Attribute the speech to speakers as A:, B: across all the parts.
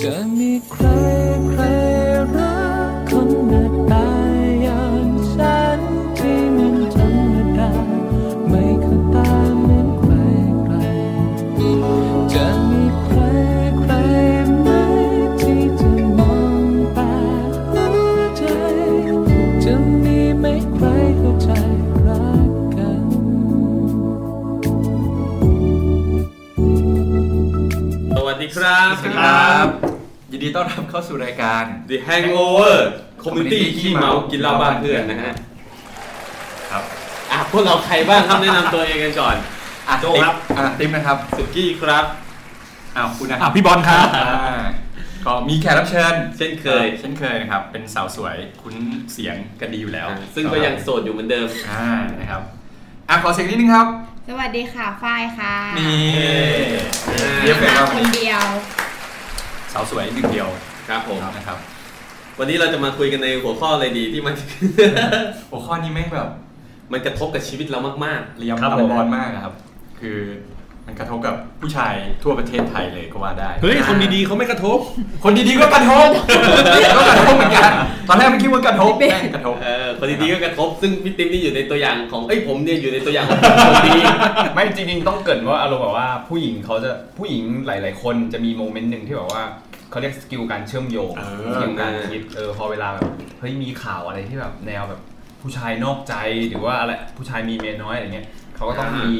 A: จะมีใครใครรักคนหน้าตาอย่างฉันที่มันธรรมดาไม่เข้าตาเหมือนใครใคร จะมีใครใครไหมที่จะมองตาหัวใจ จะมีไหมใครเข้าใจรักกัน
B: สวัสดีครับ
C: สวัสดีครับ ยินดีต้อนรับเข้าสู่รายการ
B: ครับ The Hangover Community
C: Community
B: ขี้เมากินเหล้าบ้านเพื่อนนะฮะ
C: ครับ
B: อ่ะพวกเราใครบ้างครับ แนะนำตัวเองกันก่อน
C: อ่ะโจ
B: ครับ
C: อ่ะติ๊มนะครับ
B: สุกี้ครับ
C: อ้าวคุณนะ
D: อ่ะพี่บอลครับ
C: อ่าก็มีแขกรับเชิญ
B: เช่นเคย
C: เช่นเคยนะครับ เป็นสาวสวยคุ้นเสียงกันดีอยู่แล้ว
B: อ่ะซึ่งก็ยังโสดอยู่เหมือนเดิม
C: อ่านะครับอ่ะขอเสียงนิดนึงครับ
E: สวัสดีค่ะ ฝ้ายค่ะ
C: นี่
B: อ่า
C: เรียบเลย
E: มา
C: ครับ
E: คนเดียว
C: สาวสวยหนึ่งเดียว
B: ครับผม
C: นะครับ
B: วันนี้เราจะมาคุยกันในหัวข้ออะไรดีที่มัน
C: หัวข้อนี้แม่งแบบ
B: มันกระทบกับชีวิตเรามากๆ
C: เรียม
D: ครับผม
C: ตำบอลมากนะครับ คือมันกระทบกับผู้ชายทั่วประเทศไทยเลยก็ว่าได้
D: เฮ้ย คนดีๆเขาไม่กระทบ
C: คนดีๆก็กระท บ ก็กระทบเหมือนกัน ตอนแรกมันคิดว่ากระทบแม่งกระทบ
B: เออคนดีๆก็กระทบ ซึ่งพี่ติ๊มนี่อยู่ในตัวอย่างของ เอ้ยผมเนี่ยอยู่ในตัวอย่างของคนดี
F: ไม่จริงๆต้องเกริดว่าอารมณ์แบบว่าผู้หญิงเขาจะผู้หญิงหลาย ๆ คนจะมีโมเมนต์หนึ่งที่แบบว่าเขาเรียกสกิลการเชื่อมโยง
C: เออ
F: สกิลการคิดเออพอเวลาแบบเฮ้ยมีข่าวอะไรที่แบบแนวแบบผู้ชายนอกใจหรือว่าอะไรผู้ชายมีเมียน้อยอะไรเงี้ยเขาก็ต้อง
B: อ่ามี
F: มี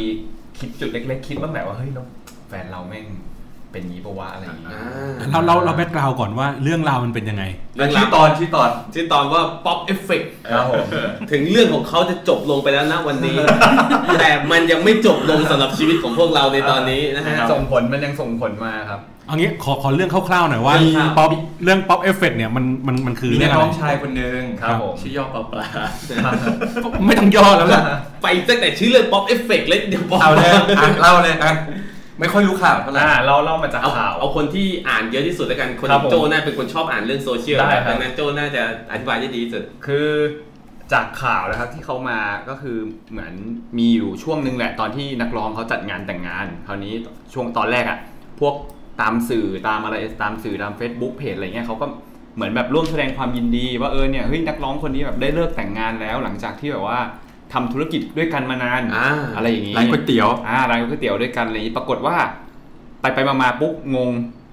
F: คิดจุดเล็ก ๆ คิดบ้างแหละว่าเฮ้ยแล้วแฟนเราแม่งเป็นอย่างนี้ปะวะอะไรอย่างเงี้ย
B: อ่า
D: เราเราเราแบ็กกราวก่อนว่าเรื่องราวมันเป็นยังไง
B: เรื่องรา
C: ชื่
B: ว
C: อตอนชื่อตอน
B: ชื่อตอนว่า Pop Effect
F: ครับผม
B: ถึงเรื่องของเขาจะจบลงไปแล้วนะวันนี้ แต่มันยังไม่จบลงสำหรับชีวิตของพวกเราในตอนนี้นะฮะ
F: ส่งผลมันยังส่งผลมาครับ
D: เอางี้ขอขอเรื่องคร่าวๆหน่อยว่า
B: เรื่องคร่าว
D: ป๊อปเรื่องป๊อปเอฟเฟกเนี่ยมันมันมันคือ
C: มี
D: เรื่องอะ
C: น้
D: ไร
C: องชายคนหนึ่ง
F: ครับผม
C: ชื่อย่อปลาปลา
D: ไม่ต้องย่อแล้วล่ะ
B: ไปตั้งแต่ชื่อเรื่อง Pop Effect เลยเดี๋ยวบอก
C: เอาเลยอ่ะเล่าเลยอ่ะไม่ค่อยรู้ข่าวเท่าไหร่
F: อ่าเราเล่ามาจาก
B: เอา
F: ข่าว
B: เอาคนที่อ่านเยอะที่สุดแล้วกัน คน
F: ครับผม
B: โจน่าเป็นคนชอบอ่านเรื่องโซเชียล
F: ได้ครับ
B: ดังนั้นโจน่าจะอธิบายได้ดีที่สุด
F: คือจากข่าวนะครับที่เขามาก็คือเหมือนมีอยู่ช่วงหนึ่งแหละตอนที่นักร้องเขาจัดงานแต่งงาน คราวนี้ช่วงตอนแรกอะพวกตามสื่อตามอะไรตามสื่อตาม Facebook เพจอะไรเงี้ยเขาก็เหมือนแบบร่วมแสดงความยินดี ว่าเออเนี่ยเฮ้ยนักร้องคนนี้แบบได้เลิกแต่งงานแล้ว หลังจากที่แบบว่าทำธุรกิจด้วยกันมานาน
B: อ่า
F: ไรอย่างนี้
C: ร้านก๋วยเตี๋ยว
F: อ่าร้านก๋วยเตี๋ยวด้วยกันอะไรอย่างนี้ปรากฏว่า ไปไปมามาปุ๊บงง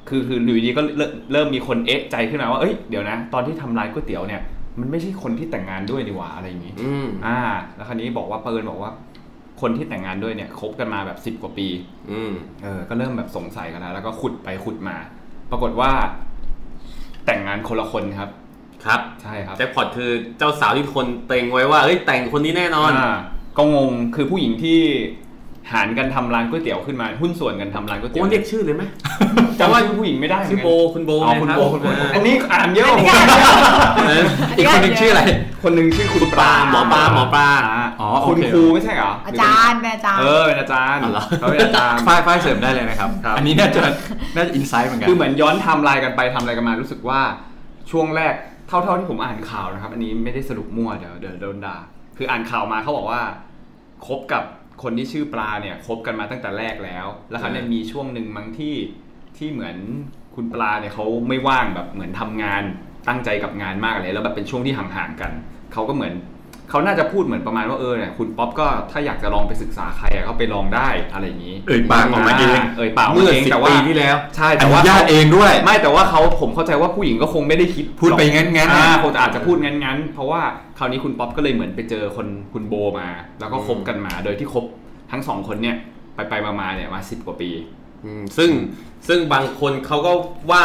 F: คือคือหลุยดีก็เริ่มเริ่มมีคนเอ๊ะใจขึ้นมาว่า เอ้ยเดี๋ยวนะ ตอนที่ทำร้านก๋วยเตี๋ยวเนี่ย มันไม่ใช่คนที่แต่งงานด้วยนี่หว่าอะไรอย่างนี้
B: อืม
F: อ่า แล้วคราวนี้บอกว่าเปิลบอกว่า คนที่แต่งงานด้วยเนี่ยคบกันมาแบบ 10 กว่าปี
B: อืม
F: เออ ก็เริ่มแบบสงสัยกันแล้วแล้วก็ขุดไปขุดมา ปรากฏว่า แต่งงานคนละคนครับ
B: ครับ
F: ใช่ครับ
B: แจ็คพอตคือเจ้าสาวที่คนเต็งไว้ว่าเอ้ยแต่งคนนี้แน่นอน
F: อ่าก็งง คือผู้หญิงที่หารกันทำร้านก๋วยเตี๋ยวขึ้นมาหุ้นส่วนกันทำร้านก๋วย
B: โอ้
F: เตี๋
B: เรีย
F: ยว
B: กชื่อเลยไหม
F: จำว่าผู้หญิงไม่ได้เหมื
B: ชื่
F: น
B: อ
F: กัน
B: โบคุณโบ
F: อ๋อคุณโบ
B: นะรับ
F: คุณโบ
B: อ่า
F: อันนี้อ่านเยอะกว่าผม
B: เออ
C: อีกคนหนึ่งชื่ออะไร
F: คนหนึ่งชื่อคุณป
B: ปลา
F: ลา
B: หมอปลาหมอปลา
C: อ๋อโอ
F: คุณ
C: เค
F: ครูไม่ใช่เหรอ
E: อา
F: อา
E: จารย์แม่อาจารย์
F: เออเป็นอาจารย์
B: อ๋อเหรอ
F: เขาเป็นอาจารย์
C: ฝ้ายฝ้ายเสริมได้เลยนะครับ
F: ครับ
C: อันนี้น่าจะน่าจะอินไซต์เหมือนกัน
F: คือเหมือนย้อนไทำลายกันไปทำอะไรกันมารู้สึกว่าช่วงแรกเท่าๆที่ผมอ่านข่าวนะครับ อันนี้ไม่ได้สรุปมั่วเดี๋ยวเดี๋ยวโดนด่าคืออ่านข่าวมาเขาบอกว่าคบกับคนที่ชื่อปลาเนี่ยคบกันมาตั้งแต่แรกแล้ว แล้วเขาเนี่ยมีช่วงหนึ่งมั้งที่ที่เหมือนคุณปลาเนี่ยเขาไม่ว่างแบบเหมือนทำงานตั้งใจกับงานมากเลยแล้วแบบเป็นช่วงที่ห่างๆกันเขาก็เหมือนเขาน่าจะพูดเหมือนประมาณว่าเออเนี่ยคุณป๊อปก็ถ้าอยากจะลองไปศึกษาใครอะก็ไปลองได้อะไรอย่างนี้
C: เอ่ยปากออกมาเอง
F: เอ่ยปากก
C: เมื่อ
F: มาเอง
C: สิบ
F: แต่ว่า
C: ปีที่แล้ว
F: ใช่
C: อ
F: แต่
C: นุ
F: ว่า
C: ญาตเองด้วย
F: ไม่แต่ว่าเขาผมเข้าใจว่าผู้หญิงก็คงไม่ได้คิด
C: พูดไปงั้นๆนะ
F: อ่าคงอาจจะพูดงั้นๆ เพราะว่าคราวนี้คุณป๊อปก็เลยเหมือนไปเจอคนคุณโบมา แล้วก็คบกันมา โดยที่คบทั้งสองคนเนี่ยไปไปๆมาๆเนี่ยมาสิบกว่าปี
B: อืมซึ่งซึ่งบางคนเขาก็ว่า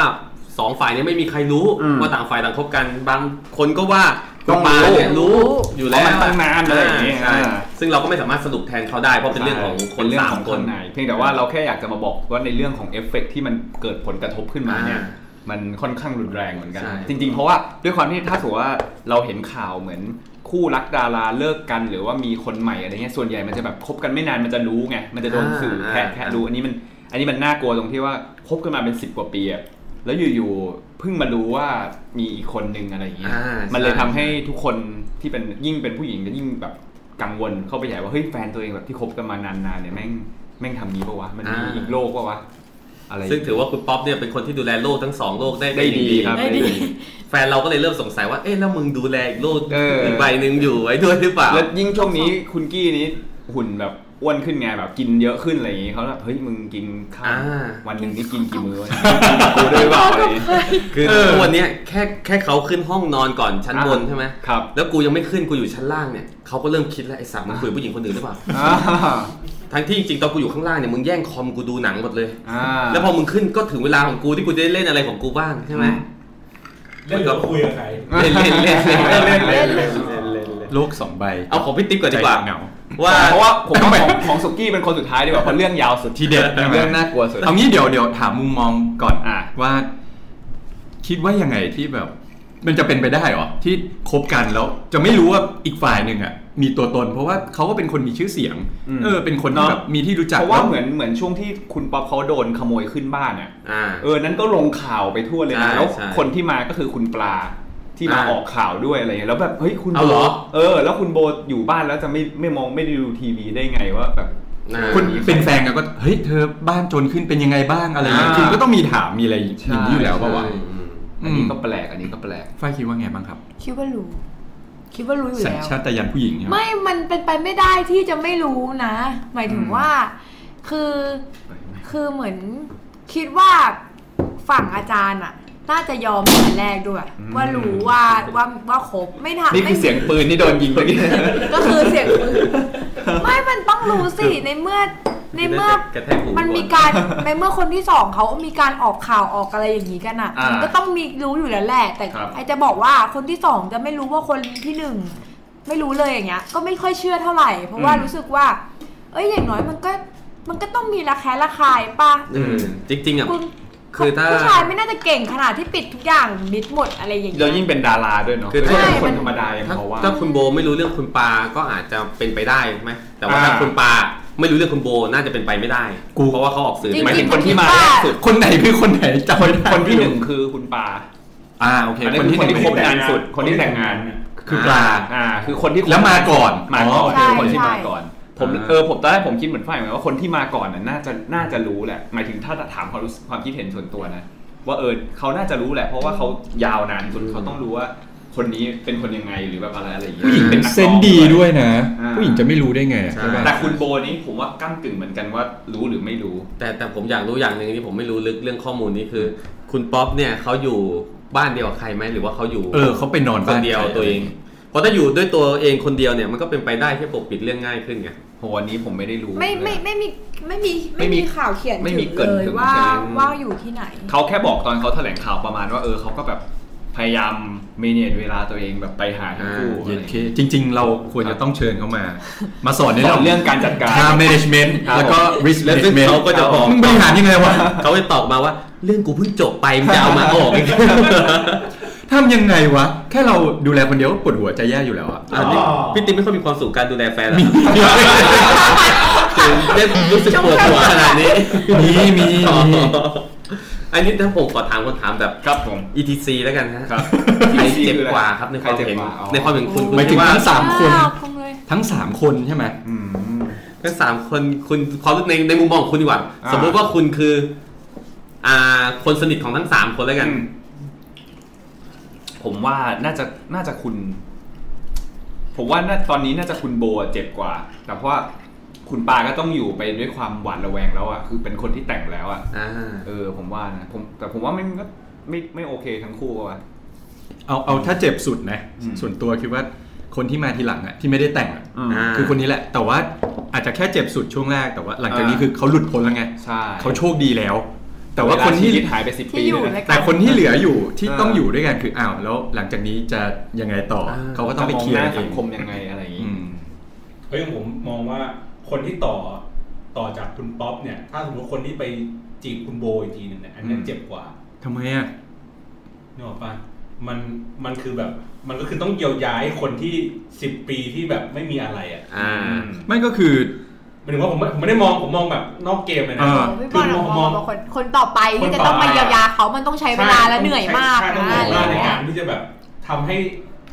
B: สองฝ่ายเนี้ไม่มีใครรู้
F: อืม
B: ว่าต่างฝ่ายต่างคบกัน บางคนก็ว่า
F: ต้อง
B: มาเนี่ย
F: รู้
B: รู้อยู่แล้ว
F: เพราะมันตั้งนานอะไรอย่างเงี้ย
B: ใช่
F: อ่า
B: ซึ่งเราก็ไม่สามารถสรุปแทนเขาได้เพราะเป็นเรื่องของคน
F: เป็เรื่
B: สาม
F: ของ
B: คน
F: ไหนเพียงแต่ว่าเราแค่อยากจะมาบอกว่าในเรื่องของเอฟเฟกต์ที่มันเกิดผลกระทบขึ้นมาเนี่ย
B: อ่า
F: มันค่อนข้างรุนแรงเหมือนกัน
B: ใช่
F: จริง ๆ เพราะว่าด้วยความที่ถ้าสมมติว่าเราเห็นข่าวเหมือนคู่รักดาราเลิกกัน หรือว่ามีคนใหม่อะไรเงี้ยส่วนใหญ่มันจะแบบคบกันไม่นานมันจะรู้ไงมันจะโดนสื่อแคะแคะรู้อันนี้มันอันนี้มันน่ากลัวตรงที่ว่าคบกันมาเป็น 10 กว่าปีอะแล้วอยู่ๆเพิ่งมารู้ว่ามีอีกคนนึงอะไรอย่างเงี้ย
B: อ่า
F: มันเลย
B: ใช่
F: ทำให้ทุกคนที่เป็นยิ่งเป็นผู้หญิงก็ยิ่งแบบ กังวลเข้าไปใหญ่ว่าเฮ้ยแฟนตัวเองแบบที่คบกันมานานๆเนี่ยแม่งแม่งทำงี้ปะวะมันมี
B: อ่า
F: อีกโลกปะวะ อะไร
B: ซึ่งถือว่าคุณป๊อปเนี่ยเป็นคนที่ดูแลโลกทั้งสองโลกได้เป็นอย่าง
F: ได้ดีครับ
G: ได้ดี
B: แฟนเราก็เลยเริ่มสงสัยว่า เอ๊ะ แล้วมึงดูแลอีกโลก
F: เอออี
B: อีกใบหนึ่งอยู่ไว้ด้วยหรือเปล่า
F: แล้วยิ่งช่วงนี้คุณกี้นี้หุ่นแบบอ้วนขึ้นไงแบบกินเยอะขึ้นอะไรอย่างงี้เขาแบบเฮ้ยมึงกินข้าว
B: อ่า
F: วันหนึ่งนี่กินกี่มื้อวะเนี่ยกูด้วยเปล่าอะไรอย่างงี้
B: คือทุกวันเนี้ยแค่แค่เขาขึ้นห้องนอนก่อนชั้นบนใช่ไหม
F: ครับ
B: แล้วกูยังไม่ขึ้นกูอยู่ชั้นล่างเนี่ยเขาก็เริ่มคิดแล้วไอ้สัตว์มึงคุยกับผู้หญิงคนอื่นหรือเปล่า
F: อ่า
B: ทั้งที่จริงๆตอนกูอยู่ข้างล่างเนี่ยมึงแย่งคอมกูดูหนังหมดเลย
F: อ่า
B: แล้วพอมึงขึ้นก็ถึงเวลาของกูที่กูจะได้เล่นอะไรของกูบ้างใช่ไหม
H: เล่นกับคุยกับใคร
B: เล่นเล่นเล่นเล่นเล่นเล่นเล่นเล่น
C: โลกสองใบ
B: เอาของพี่ติ๊กก่อนดีกว่า
C: ใจเหงา
B: ว่า
F: เพราะว่าผมว่าของของสุกี้เป็นคนสุดท้ายดีกว่าเพราะเรื่องยาวสุด
C: ทีเด็ดใช่ไหม
F: เรื่องน่ากลัวสุด
C: เอางี้เดี๋ยวเดี๋ยวถามมุมมองก่อน
F: อ่ะ
C: ว่า คิดว่ายังไงที่แบบ มันจะเป็นไปได้เหรอที่คบกันแล้ว จะไม่รู้ว่าอีกฝ่ายหนึ่งอ่ะ มีตัวตน เพราะว่าเขาก็เป็นคนมีชื่อเสียง เออ เป็นคนที่แบบมีที่รู้จัก
F: เพราะว่า
C: แล้
F: เหมือนเหมือนช่วงที่คุณป๊อปเขาโดนขโมยขึ้นบ้านอ่ะ
B: อ่า
F: เออนั้นก็ลงข่าวไปทั่วเลย
B: ใช่
F: นะแล้ว
B: ใช่
F: คนที่มาก็คือคุณปลาที่มา
B: อ่า
F: ออกข่าวด้วยอะไรเงี้ยแล้วแบบเฮ้ยคุณ
B: เอาเหรอ
F: โบเออ แล้วคุณโบอยู่บ้านแล้วจะไม่ไม่มองไม่ได้ดูทีวีได้ไงว่าแบบ
B: อ่า
C: คุณเป็นแฟนกันก็เฮ้ยเธอบ้านจนขึ้นเป็นยังไงบ้างอะไรอย่างเงี้ย
F: อ่า
C: คือก็ต้องมีถามมีอะไรอย่าง
F: ใช่
C: นี้อยู่แล้วเปล่าวะ
F: อันนี้ก็แปลกอันนี้ก็แปลก
C: ฝ้ายคิดว่าไงบ้างครับ
G: คิดว่ารู้ คิดว่ารู้อยู่
C: สัญ
G: แล้ว
C: ชาตญาณผู้หญิงใช่ไหม
G: ไม่ มันเป็นไปไม่ได้ที่จะไม่รู้นะ หมายถึงว่า คือ คือเหมือนคิดว่าฝั่งอาจารย์อะน่าจะยอมตั้งแต่แรกด้วย
F: อืม
G: ว่ารู้ว่าว่าว่าครบไม่ทำ
F: นี่คือ
G: ไม่
F: เสียงปืนที่โดนยิงเมื่อกี้
G: ก็คือเสียงปืนไม่ มันต้องรู้สิ ในเมื่อ ในเมื่อ
B: กระแทกหู
G: มันมี
B: ก่อน
G: การ ในเมื่อคนที่สองเขามีการออกข่าวออกอะไรอย่างนี้กันอ่ะ
F: อ่ามั
G: มันก็ต้องมีรู้อยู่แล้วแหละ แต่
F: ครับ
G: ไอจะบอกว่าคนที่สองจะไม่รู้ว่าคนที่หนึ่งไม่รู้เลยอย่างเงี้ย ก็ไม่ค่อยเชื่อเท่าไหร่ เพราะว่ารู้สึกว่า เอ้ยอย่างน้อยมันก็ มันก็ต้องมีระแคะระคายป่ะ
B: อืมจริงๆอ่ะ
G: คุณ
B: คือถ้า
G: ผู้ชายไม่น่าจะเก่งขนาดที่ปิดทุกอย่างมิดหมดอะไรอย่าง
F: เรา
G: เงี้ย
F: ยิ่งเป็นดาราด้วยเนาะ
B: คือถ้า
F: ถ้าเป็น
G: ใช่
F: ค
G: มัน น
F: ธรรมดาอย่าง
B: ถ้า
F: เขาว่า
B: ถ้าคุณโบไม่รู้เรื่องคุณปาก็อาจจะเป็นไปได้ไหมแต่ว่า
F: อ่า
B: ถ้าคุณปาไม่รู้เรื่องคุณโบน่าจะเป็นไปไม่ได้เพราะว่าเขาออกสื่อ
G: จริง
B: ไม่
F: หมายถึง
G: ๆ
F: คนที่มา
G: ผมคิดว่า
F: แรกสุด
C: คนไหนคือคนไหนจำไม่ได้
F: คนที่หนึ่งคือคุณปลา
C: อ่าโอเค
F: อันนี้
C: คน
F: คือ
C: ที่
F: คน
C: หนึ่
F: ที่
C: ง
F: คบงานสุด คนที่แต่งงาน
C: คือปลา
F: อ่า คือคนที่
C: แล้วมาก่อน
F: มาก่อน
G: ใช่
F: คือคนที่
G: ใช่
F: มาก่อน ผม
C: อ่า
F: เออผมตอนแรกผมคิดเหมือนฝ่ายเหมือนว่าคนที่มาก่อนน่ะน่าจะน่าจะรู้แหละ หมายถึงถ้าถามความรู้สึกความคิดเห็นส่วนตัวนะ ว่าเออเขาน่าจะรู้แหละ เพราะว่าเขายาวนานจนเขาต้องรู้ว่า คนนี้เป็นคนยังไงหรือแบบอะไรอะไรอย่างเงี้ย
C: ผู้หญิง
F: เป็
C: เป็นน
F: นักร้
C: เซ
F: อง
C: นส์ดีด้วยนะ
F: อ่า
C: ผู้หญิงจะไม่รู้ได้ไงอะ
B: ใช่
C: ใช่ปะ
F: แต่คุณโบนี้ผมว่าก้ากึ่งเหมือนกันว่ารู้หรือไม่รู้
B: แต่แต่ผมอยากรู้อย่างหนึ่งที่ผมไม่รู้ลึกเรื่องข้อมูลนี้คือ คุณป๊อปเนี่ยเขาอยู่บ้านเดียวกับใครไหมหรือว่าเขาอยู่
C: เออเขาไปนอน
B: คน
C: บ้าน
B: เดียว
C: ใคร
B: ตัวเองเพราะถ้าอยู่ด้วยตัวเองคนเดียวเนี่ยมันก็เป็นไปได้ที่ปกปิดเรื่องง่ายขึ้นไง
F: โหอันนี้ผมไม่ได้รู้
G: ไม่ไม่ไม่มีไม่มี
F: ไม่
G: ไม่
F: มี
G: มีข่าวเขียน
F: ไม่มี
G: ถึง
F: เกิน
G: เลย
F: ถึง
G: ว่า
F: ใช่ไหม
G: ว่าอยู่ที่ไหน
F: เขาแค่บอกตอนเขาแถลงข่าวประมาณว่าเออเขาก็แบบพยายามเมเนจเวลาตัวเองแบบไปหาทั้งคู่อะไร
C: เย็
F: อน ย่าง
C: เค
F: เงี้ย
C: จริง ๆ เราควรจะต้องเชิญเขามา มาสอนใน
F: ส
C: เรื่
F: อ
C: อน ง
F: เรื่องการจัดการ
C: ทา management
F: ครับ
C: แล้วก็ risk
B: แล้วซึ่ง
C: management
B: เขาก็จะบอก
C: มึงบริหารยังไงวะ
B: เขาไปตอบมาว่าเรื่องกูเพิ่งจบไปมึงจะเอามาออกอีก
C: ทำยังไงวะ แค่เราดูแลคนเดียวก็ปวดหัวใจแย่อยู่แล้วอะ
B: อันนี้
H: อ๋อ
B: พี่ติ๊กไม่ค่อยมีความสุขการดูแลแฟนหรอถึงได้รู้สึกปวดหัวขนาดนี้
C: มีมีมี
B: อันนี้ถ้าผมขอถามคำถามแบบ
F: ครับผม
B: etc แล้วกันนะครับ ใคร
F: ETC
B: เจ็บกว่าครับในความเห็น
F: ใครเจ็บกว่าอ๋อ
B: ในความเห็นคุณคุณ
C: หมายถึง
B: ว่า
C: ทั้งสามคน
G: อ้าวคงเลย
C: ทั้งสามคนใช่ไหม
F: อืม
B: ทั้งสามคนคุณความรู้ในในมุมมองของคุณดีกว่า
F: อ่า
B: สมมติว่าคุณคือ อ่าคนสนิทของทั้งสามคนแล้วกัน
F: อืมผมว่าน่าจะน่าจะคุณ ผมว่าน่าตอนนี้น่าจะคุณโบอะเจ็บกว่า แต่เพราะว่าคุณปาก็ต้องอยู่ไปด้วยความหวาดระแวงแล้วอ่ะคือเป็นคนที่แต่งแล้วอ่ะ
B: อ่า
F: เออ ผมว่านะผมแต่ผมว่ามันก็ไม่ไม่โอเคทั้งคู่อะ
C: เอาเอาถ้าเจ็บสุดนะ
F: อืม
C: ส่วนตัวคิดว่าคนที่มาทีหลังอะที่ไม่ได้แต่งอะ
F: ม
B: อ่า
C: คือคนนี้แหละ แต่ว่าอาจจะแค่เจ็บสุดช่วงแรกแต่ว่า หลังจากนี้
F: อ่า
C: คือเขาหลุดพ้นแล้วไง
F: ใช่
C: เขาโชคดีแล้ว แต่ว่าคน
F: เล
C: ที่
F: ชีวิตหายไปสิบ
G: ที่
F: ปี
G: อยู่
F: เนี่ย
G: และ
F: นะ
C: แต่คนที่เหลืออยู่ที่
F: เออ
C: ต้องอยู่ด้วยกันคืออ้าวแล้วหลังจากนี้จะยังไงต่อ
B: อ่า
C: เขาก็ต้องไปเคลียร์
F: จะม
C: เอ
F: สั
C: ง
F: งคมยังไงอะไรอย่าง
C: อื
F: งี้
C: ม
H: เฮ้ยผมมองว่าคนที่ต่อต่อจากคุณป๊อปเนี่ย ถ้าสมมติคนที่ไปจีบคุณโบอีกทีหนึงเนี่ยอันนั้น
F: อืม
H: เจ็บกว่า
C: ทำไมอ่ะ
H: นึกออกปะมันมันคือแบบ มันก็คือต้องเยียวยาให้คนที่สิบปีที่แบบไม่มีอะไรอ่ะ
B: อ่า
C: ไม่ก็คือ
H: หมายถึงว่าผมผมไม่ได้มองผมมองแบบนอกเกมเลยนะ
C: เออ
G: พี่บ
H: คือ
G: อล
H: มอง
G: ม
H: ม
G: อ
H: อง ง
G: ว่าคนคนต่อไปที่จะต้องมาเยียวยาเขามันต้องใช้เวลาและเหนื่อยมาก
H: ใช่ต้อง
G: นะ
H: เหนื่อย
G: อะไร
H: มากใน
G: เงี้
H: กาย รที่จะแบบทำให้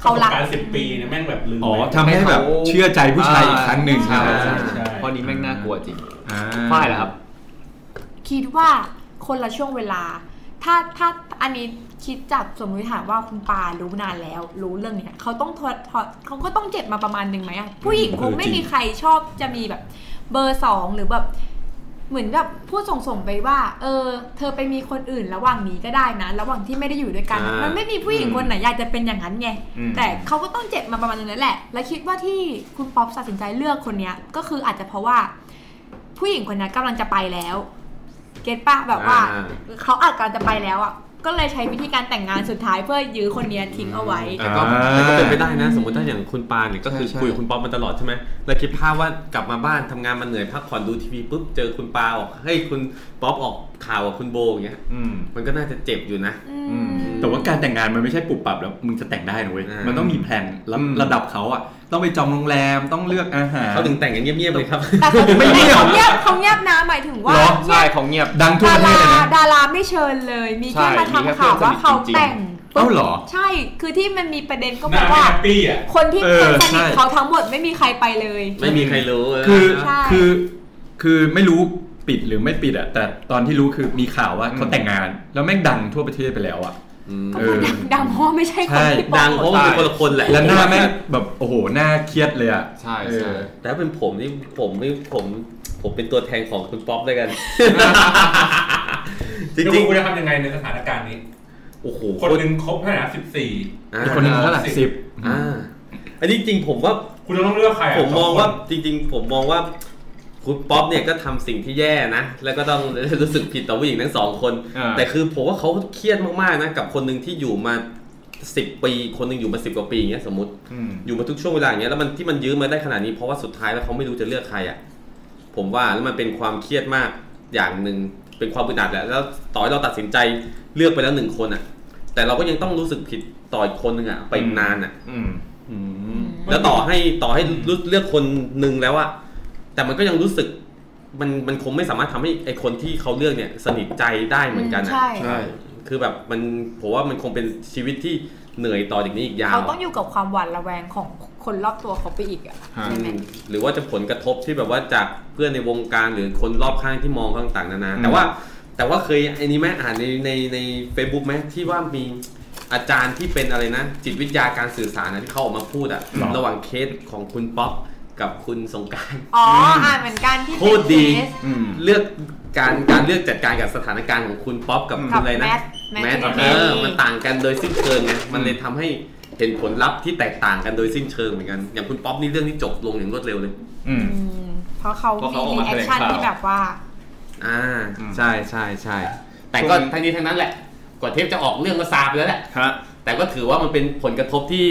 G: เขารัก
H: ประสบการณ์สิบปีเนี่ยแม่งแบบลืม
C: อ๋อ
H: ไป
C: ทำให้แบบเชื่อใจผู้ชายอีกครั้งหนึ่ง
F: ใช่
C: อ่า
F: ใช่
H: ใช่
F: ข้อนี้แม่งน่ากลัวจริง
C: อ่
F: ฝ้ายเหรอครับ
G: คิดว่า คนละช่วงเวลา ถ้าถ้าอันนี้คิดจากสมมติฐานว่าคุณปารู้นานแล้ว รู้เรื่องเนี้ยเขาต้องทดทดเขาก็ต้องเจ็บมาประมาณหนึ่งไหมอะผู้หญิงคงไม่มีใครชอบจะมีแบบ เบอร์สองหรือแบบ เหมือนแบบพูดส่งๆไปว่า เออ เธอไปมีคนอื่นระหว่างนี้ก็ได้นะ ระหว่างที่ไม่ได้อยู่ด้วยกัน
B: อ่ามั
G: มันไม่มีผู้หญิงคนไหนอยากจะเป็นอย่างนั้นไง
I: อืม
G: แต่เขาก็ต้องเจ็บมาประมาณนึงแล้วแหละ แล้วคิดว่าที่คุณป๊อปตัดสินใจเลือกคนเนี้ย ก็คืออาจจะเพราะว่า ผู้หญิงคนนั้นกำลังจะไปแล้ว เก็ตปะแบบว่า
B: อ่า
G: เขาอาจกำลังจะไปแล้วอ่ะ ก็เลยใช้วิธีการแต่งงานสุดท้ายเพื่อยื้อคนเนี้ยทิ้งเอาไว้
B: แต่ก็แต่ก็เป็นไปได้นะสมมติถ้าอย่างคุณปานเนี่ยก็คือ
F: ใช่
B: คุยกับคุณปอมมาตลอดใช่ไหมแล้วคิดภาพว่ากลับมาบ้านทำงานมาเหนื่อยพักผ่อนดูทีวีปุ๊บเจอคุณปาออกเฮ้ยคุณป๊อปออกข่าวกับคุณโบอย่างเงี้ย
I: อืม
B: มันก็น่าจะเจ็บอยู่นะ
G: อื
I: อื
G: ม
I: ม
C: แต่ว่าการแต่งงานมันไม่ใช่ปุบปับแล้วมึงจะแต่งได้นะเว้ย
B: อ่ามั
C: มันต้องมีแผนระ
I: อืม
C: ระดับเขาอ่ะต้องไปจองโรงแรมต้องเลือกอาหาร
B: เขาถึงแต่งกันเงียบๆเลยครับ
G: แต่เขา
C: ไม่เงียบ
G: เขาเงียบเขาเงียบนะหมายถึงว่า
C: เหรอ
F: ใช่เขาเงียบ
C: ดังทั่วประเท
G: ดารา
C: ศเลยนะ
G: ดาราไม่เชิญเลย มี
F: ใช่
G: แค่มา
F: มีแค่
G: ทำข่าวว่า
F: เพื่
G: เขา
F: อนสนิทจริงๆ
G: แต่ง
C: เอ้าเหรอ
G: ใช่ คือที่มันมีประเด็นก็
H: ห
G: เพ
H: น้า
G: ราะ
H: ไม่
G: ว่า
H: แฮปปี้อ่ะ
G: คนที่
C: เอ
G: เป็
C: อน
G: สนิท
C: ใช่
G: เขาทั้งหมดไม่มีใครไปเลย
B: ไม่มีใครรู้เ
C: คือ
G: ใช่
C: คือคือไม่รู้ปิดหรือไม่ปิดอะแต่ตอนที่รู้คือมีข่าวว่าเขาแต่งงาน แล้วแม่งดังทั่วประเทศไปแล้วอะ
B: อืม
G: ก็คือดังดังเพราะไม่ใช่คนที่ป
B: ดั
G: อง ก
B: เพราะมันเป็นคนละคนแหละ
C: แล้วหน้าแม่งแบบโอ้โหหน้าเครียดเลยอะ
F: ใช่
C: เอ
F: ใช่
C: อ
B: แต่ถ้าเป็นผมนี่ผมนี่ผมผมเป็นตัวแทนของคุณป๊อป ด้วยกัน จ
H: แล้ว
B: ริง
H: คุณจะทำยังไงในสถานการณ์นี้
B: ๆโอ้โห
H: คนหนึ่งครบเท่าไหร่สิบสี่
B: อ่า
C: อีกคนหนึงเท่าไหร่
H: สิบ
C: สิบ
B: อ่าอันนี้จริงผมว่า
H: คุณจะต้องเลือกใครอะ
B: ผมมอง
H: สคน
B: ว่าจริง ๆ ผมมองว่าคุณป๊อปเนี่ยก็ทำสิ่งที่แย่นะ แล้วก็ต้อง รู้สึกผิดต่อผู้หญิงทั้งสองคน
I: อ่า
B: แต่คือผมว่าเขาเครียดมากๆนะกับคนหนึ่งที่อยู่มาสิบปี คนหนึ่งอยู่มาสิบกว่าปีอย่างเงี้ยสมมติ
I: อืม
B: อยู่มาทุกช่วงเวลาอย่างเงี้ยแล้วมันที่มันยื้อมาได้ขนาดนี้เพราะว่าสุดท้ายแล้วเขาไม่รู้จะเลือกใครอ่ะผมว่าแล้วมันเป็นความเครียดมากอย่างหนึ่งเป็นความอึดอัดแหละแล้วต่อให้เราตัดสินใจเลือกไปแล้วหนึ่งคนอ่ะ แต่เราก็ยังต้องรู้สึกผิดต่ออีกคนหนึ่งอ่ะไปอีกนานอ่ะ
I: อืม
B: แล้วต่อให้ต่อให้รู้เลือกคนหนึ่งแล้วอะแต่มันก็ยังรู้สึกมันมันคงไม่สามารถทำให้ไอคนที่เขาเลือกเนี่ยสนิทใจได้เหมือนกันอะ
G: ใช่
I: ใช่
B: คือแบบมันผมว่ามันคงเป็นชีวิตที่เหนื่อยต่อจากนี้อีกยาว
G: เขาต้องอยู่กับความหวาดระแวงของคนรอบตัวเขาไปอีกอ่ะ
I: ฮะ
G: ใช่ไหม
B: หรือว่าจะผลกระทบที่แบบว่าจากเพื่อนในวงการหรือคนรอบข้างที่มองข้างต่างนานาแต่ว่าแต่ว่าเคยไอ้นี้ไหมอ่านในในในเฟซบุ๊กไหมที่ว่ามีอาจารย์ที่เป็นอะไรนะ จิตวิทยาการสื่อสารนะที่เขาออกมาพูดอะ
C: หรอ
B: ระหว่างเคสของคุณป๊อปกับคุณสงกราร
G: อ๋ออ่านเหมือนกันที่
B: โคตรดี
G: เป็นเคส
I: อืม
B: เลือกการการเลือกจัดการกับสถานการณ์ของคุณป๊อปกับ
I: อืม
B: คุณอะไรนะ
G: กับแมท
B: ท
G: แมท
B: เออมันต่างกันโดยสิ้นเชิงไงมันเลยทำให้เห็นผลลัพธ์ที่แตกต่างกันโดยสิ้นเชิงเหมือนกัน อย่างคุณป๊อปนี่เรื่องที่จบลงอย่างรวดเร็วเลย
I: อืม
G: อืมเพราะเขา
I: เพราะ
G: มี
I: เขาออก
G: รี
I: มา
G: แอ
I: แถล
G: ค
I: ง
G: ชั่น
I: ข่าว
G: ที่แบบว่า
B: อ่า
I: อืม
B: ใช่ใช่ใช่แต่ก็ทั้งนี้ทั้งนั้นแหละกว่าเทปจะออกเรื่องก็ซาไปแล้วแหละ
I: ฮะ
B: แต่ก็ถือว่ามันเป็นผลกระทบที่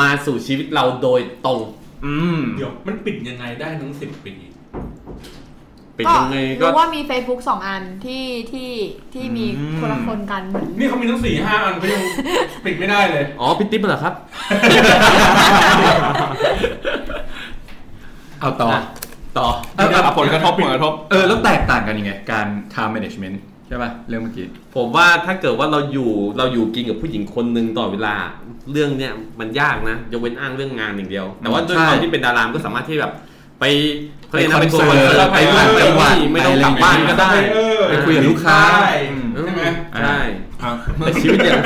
B: มาสู่ชีวิตเราโดยตรง
I: อืม
H: เดี๋ยวมันปิดยังไงได้ทั้งสิบปี
B: เป็น
G: ก็
B: ยังไงก็
G: รู้ว่ามี Facebook สองอันที่ที่ที่มี
I: อืม
G: คนละคนกันเหมือน
H: นี่เขามีทั้งสี่ห้าอันเขายังปิดไม่ได้เลย
B: อ๋อพี่ติ๊บเหรอครับ
C: เอาต่อ
B: ะต่อ
I: เดี๋ยวเอาผลกระทบผลกระทบ
C: เออแล้วแตกต่างกันยังไง การ time management ใช่ป่ะเรื่องเมื่อกี้
B: ผมว่าถ้าเกิดว่าเราอยู่เราอยู่กินกับผู้หญิงคนหนึ่งต่อดเวลาเรื่องเนี้ยมันยากนะยกเว้นอ้างเรื่องงานอย่างเดียว แต่ว่าด้วย
C: ใช่
B: ความที่เป็นดารามนก็สามารถที่แบบไปเขาเรียกนะ
C: ไป
B: ไป
C: ค
B: ค
C: อ
B: อน น
C: เสิ
B: เสิร์ตไป
C: ร์ตไป
B: นู่นไป
C: ต่างจังหวัด
B: นี่ไม่ต้องกลับบ้านก็ได้
H: เออ
C: ไปคุยกับลูกค้า
B: ใช่ไหม
C: อ่า
B: ใช่แต่ชีวิตอย่าง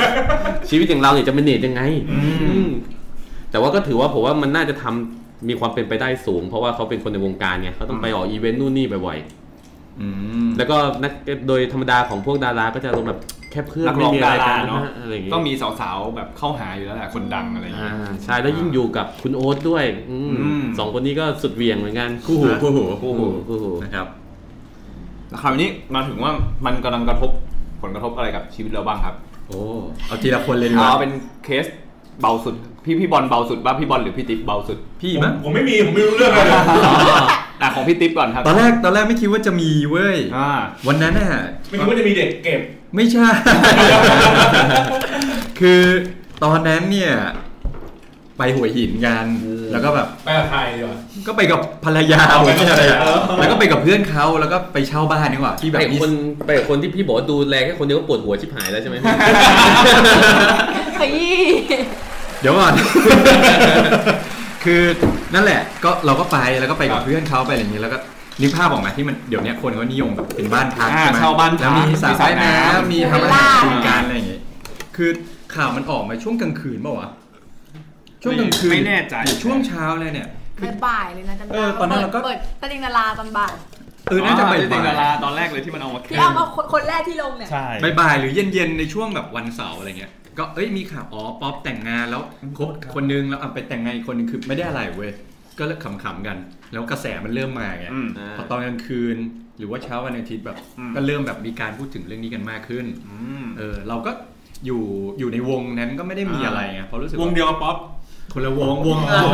B: ชีวิตอย่างเราเนี่ยจะเป็นเนตยังไงอืมแต่ว่าก็ถือว่าผมว่ามันน่าจะทำมีความเป็นไปได้สูง เพราะว่าเขาเป็นคนในวงการไงเขาต้องไปออกอีเวนต์นู่นนี่บ่อยๆ
C: อืม
B: แล้วก็นักโดยธรรมดาของพวกดาราก็จะลงแบบแค่เพื่อน
F: นักร้อง
B: ไม่มี
F: ดา
B: อะไร
F: รา
B: กัน
F: เนาะ
B: อะไรอย่างงี้
F: ต้องมีสาวๆแบบเข้าหาอยู่แล้วแหละคนดังอะไรอย่างเงี้
B: อ่าย ใช่แล้วยิ่งอยู่กับคุณโอ๊ตด้วยอืม
I: อืม
B: สองคนนี้ก็สุดเหวียงเหมือนกัน
C: คู่หูคู่หู
B: คู่หูคู่หู
C: นะครับ
I: คราวนี้มาถึงว่ามันกำลังกระทบผลกระทบอะไรกับชีวิตเราบ้างครับ
C: โอ้เอาทีละคนเลยดีกว่า
F: เอาเป็นเคสเบาสุด พี่พี่บอลเบาสุดป่ะพี่บอลหรือพี่ติ๊บเบาสุด
C: พี่มั้ง
H: ผมไม่มี ผมไม่รู้เรื่องเลย
F: อ่ะของพี่ติ๊บก่อนครับ
C: ตอนแรกตอนแรกไม่คิดว่าจะมีเว้ย
F: อ่า
C: วันนั้นน่ะ
H: ไม่คิดว่าจะมีเด็กเก็บ
C: ไม่ใช่ คือตอนนั้นเนี่ย ไปหัวหินกัน แล้วก็แบบ
H: ไปกับใครดีกว่า
C: ก็ไปกับภรรยา
H: เอา
C: ผ
H: ไป
C: ม
H: กับ
C: อะไรอะ
H: เออ
C: แล้วก็ไปกับเพื่อนเขาแล้วก็ไปเช่าบ้านดีกว่าที่
B: ไป
C: แบบ
B: กับ
C: มี
B: คนไปกับคนที่พี่บอกว่าดูแลแค่คนเดียวก็ปวดหัวชิบหายแล้วใช่ไหม
G: ขยี้
C: เดี๋ยว ก่อน คือนั่นแหละ ก็เราก็ไปแล้วก็ไปกับเพื่อนเขาไปอะไรอย่างนี้แล้วก็ นึกภาพออกไหมาที่มันเดี๋ยวเนี้ยคนเขานิยมแบบเป็นบ้านพัก
I: อ่า
C: ใช่ไหม
I: เช่าบ้านพัก
C: แล้วมีสระ
I: มีสระน้ำ
C: ว่ายน้ำมีทำอาหารกินกันอะไรอย่างเงี้ยคือข่าวมันออกมาช่วงกลางคืนเปล่าวะช่วงกลางคืน
I: ไม่แน่ใจ
C: หรือช่วงเช้าเลยเนี่ย
G: บ่ายๆเลยนะจำ
C: เอ
G: ได้
C: อตอนนั้นเราก็
G: เปิดตะลิงดาราตอนบ่าย
C: เออน่าจะไป
I: เด็กดา
C: บ่าย
I: ราตอนแรกเลยที่มันเอามาแข่
G: ที่
I: ง
G: เอามาคนคนแรกที่ลงเนี่ย
D: ใช่
C: ๆบ่ายๆหรือเย็นๆในช่วงแบบวันเสาร์อะไรเงี้ยก็เอ้ยมีข่าวอ๋อป๊อปแต่งงาน แล้วคบคนนึงแล้วเอาไปแต่งงานอีกคนนึงคือไม่ได้อะไรเว้ยก็เลิกขำๆกัน แล้วกระแสมันเริ่มมาไง
I: อืม
B: า
C: พอตอนกลางคืนหรือว่าเช้าวันอาทิตย์แบบ
I: อืม
C: ก็เริ่มแบบมีการพูดถึงเรื่องนี้กันมากขึ้น
I: อืม
C: เออเราก็อยู่อยู่ในวงนั้นก็ไม่ได้มีอะไรไงเพราะรู้สึก
D: วงเดียวกับป๊อป
C: คนละวงวง
B: แล้ว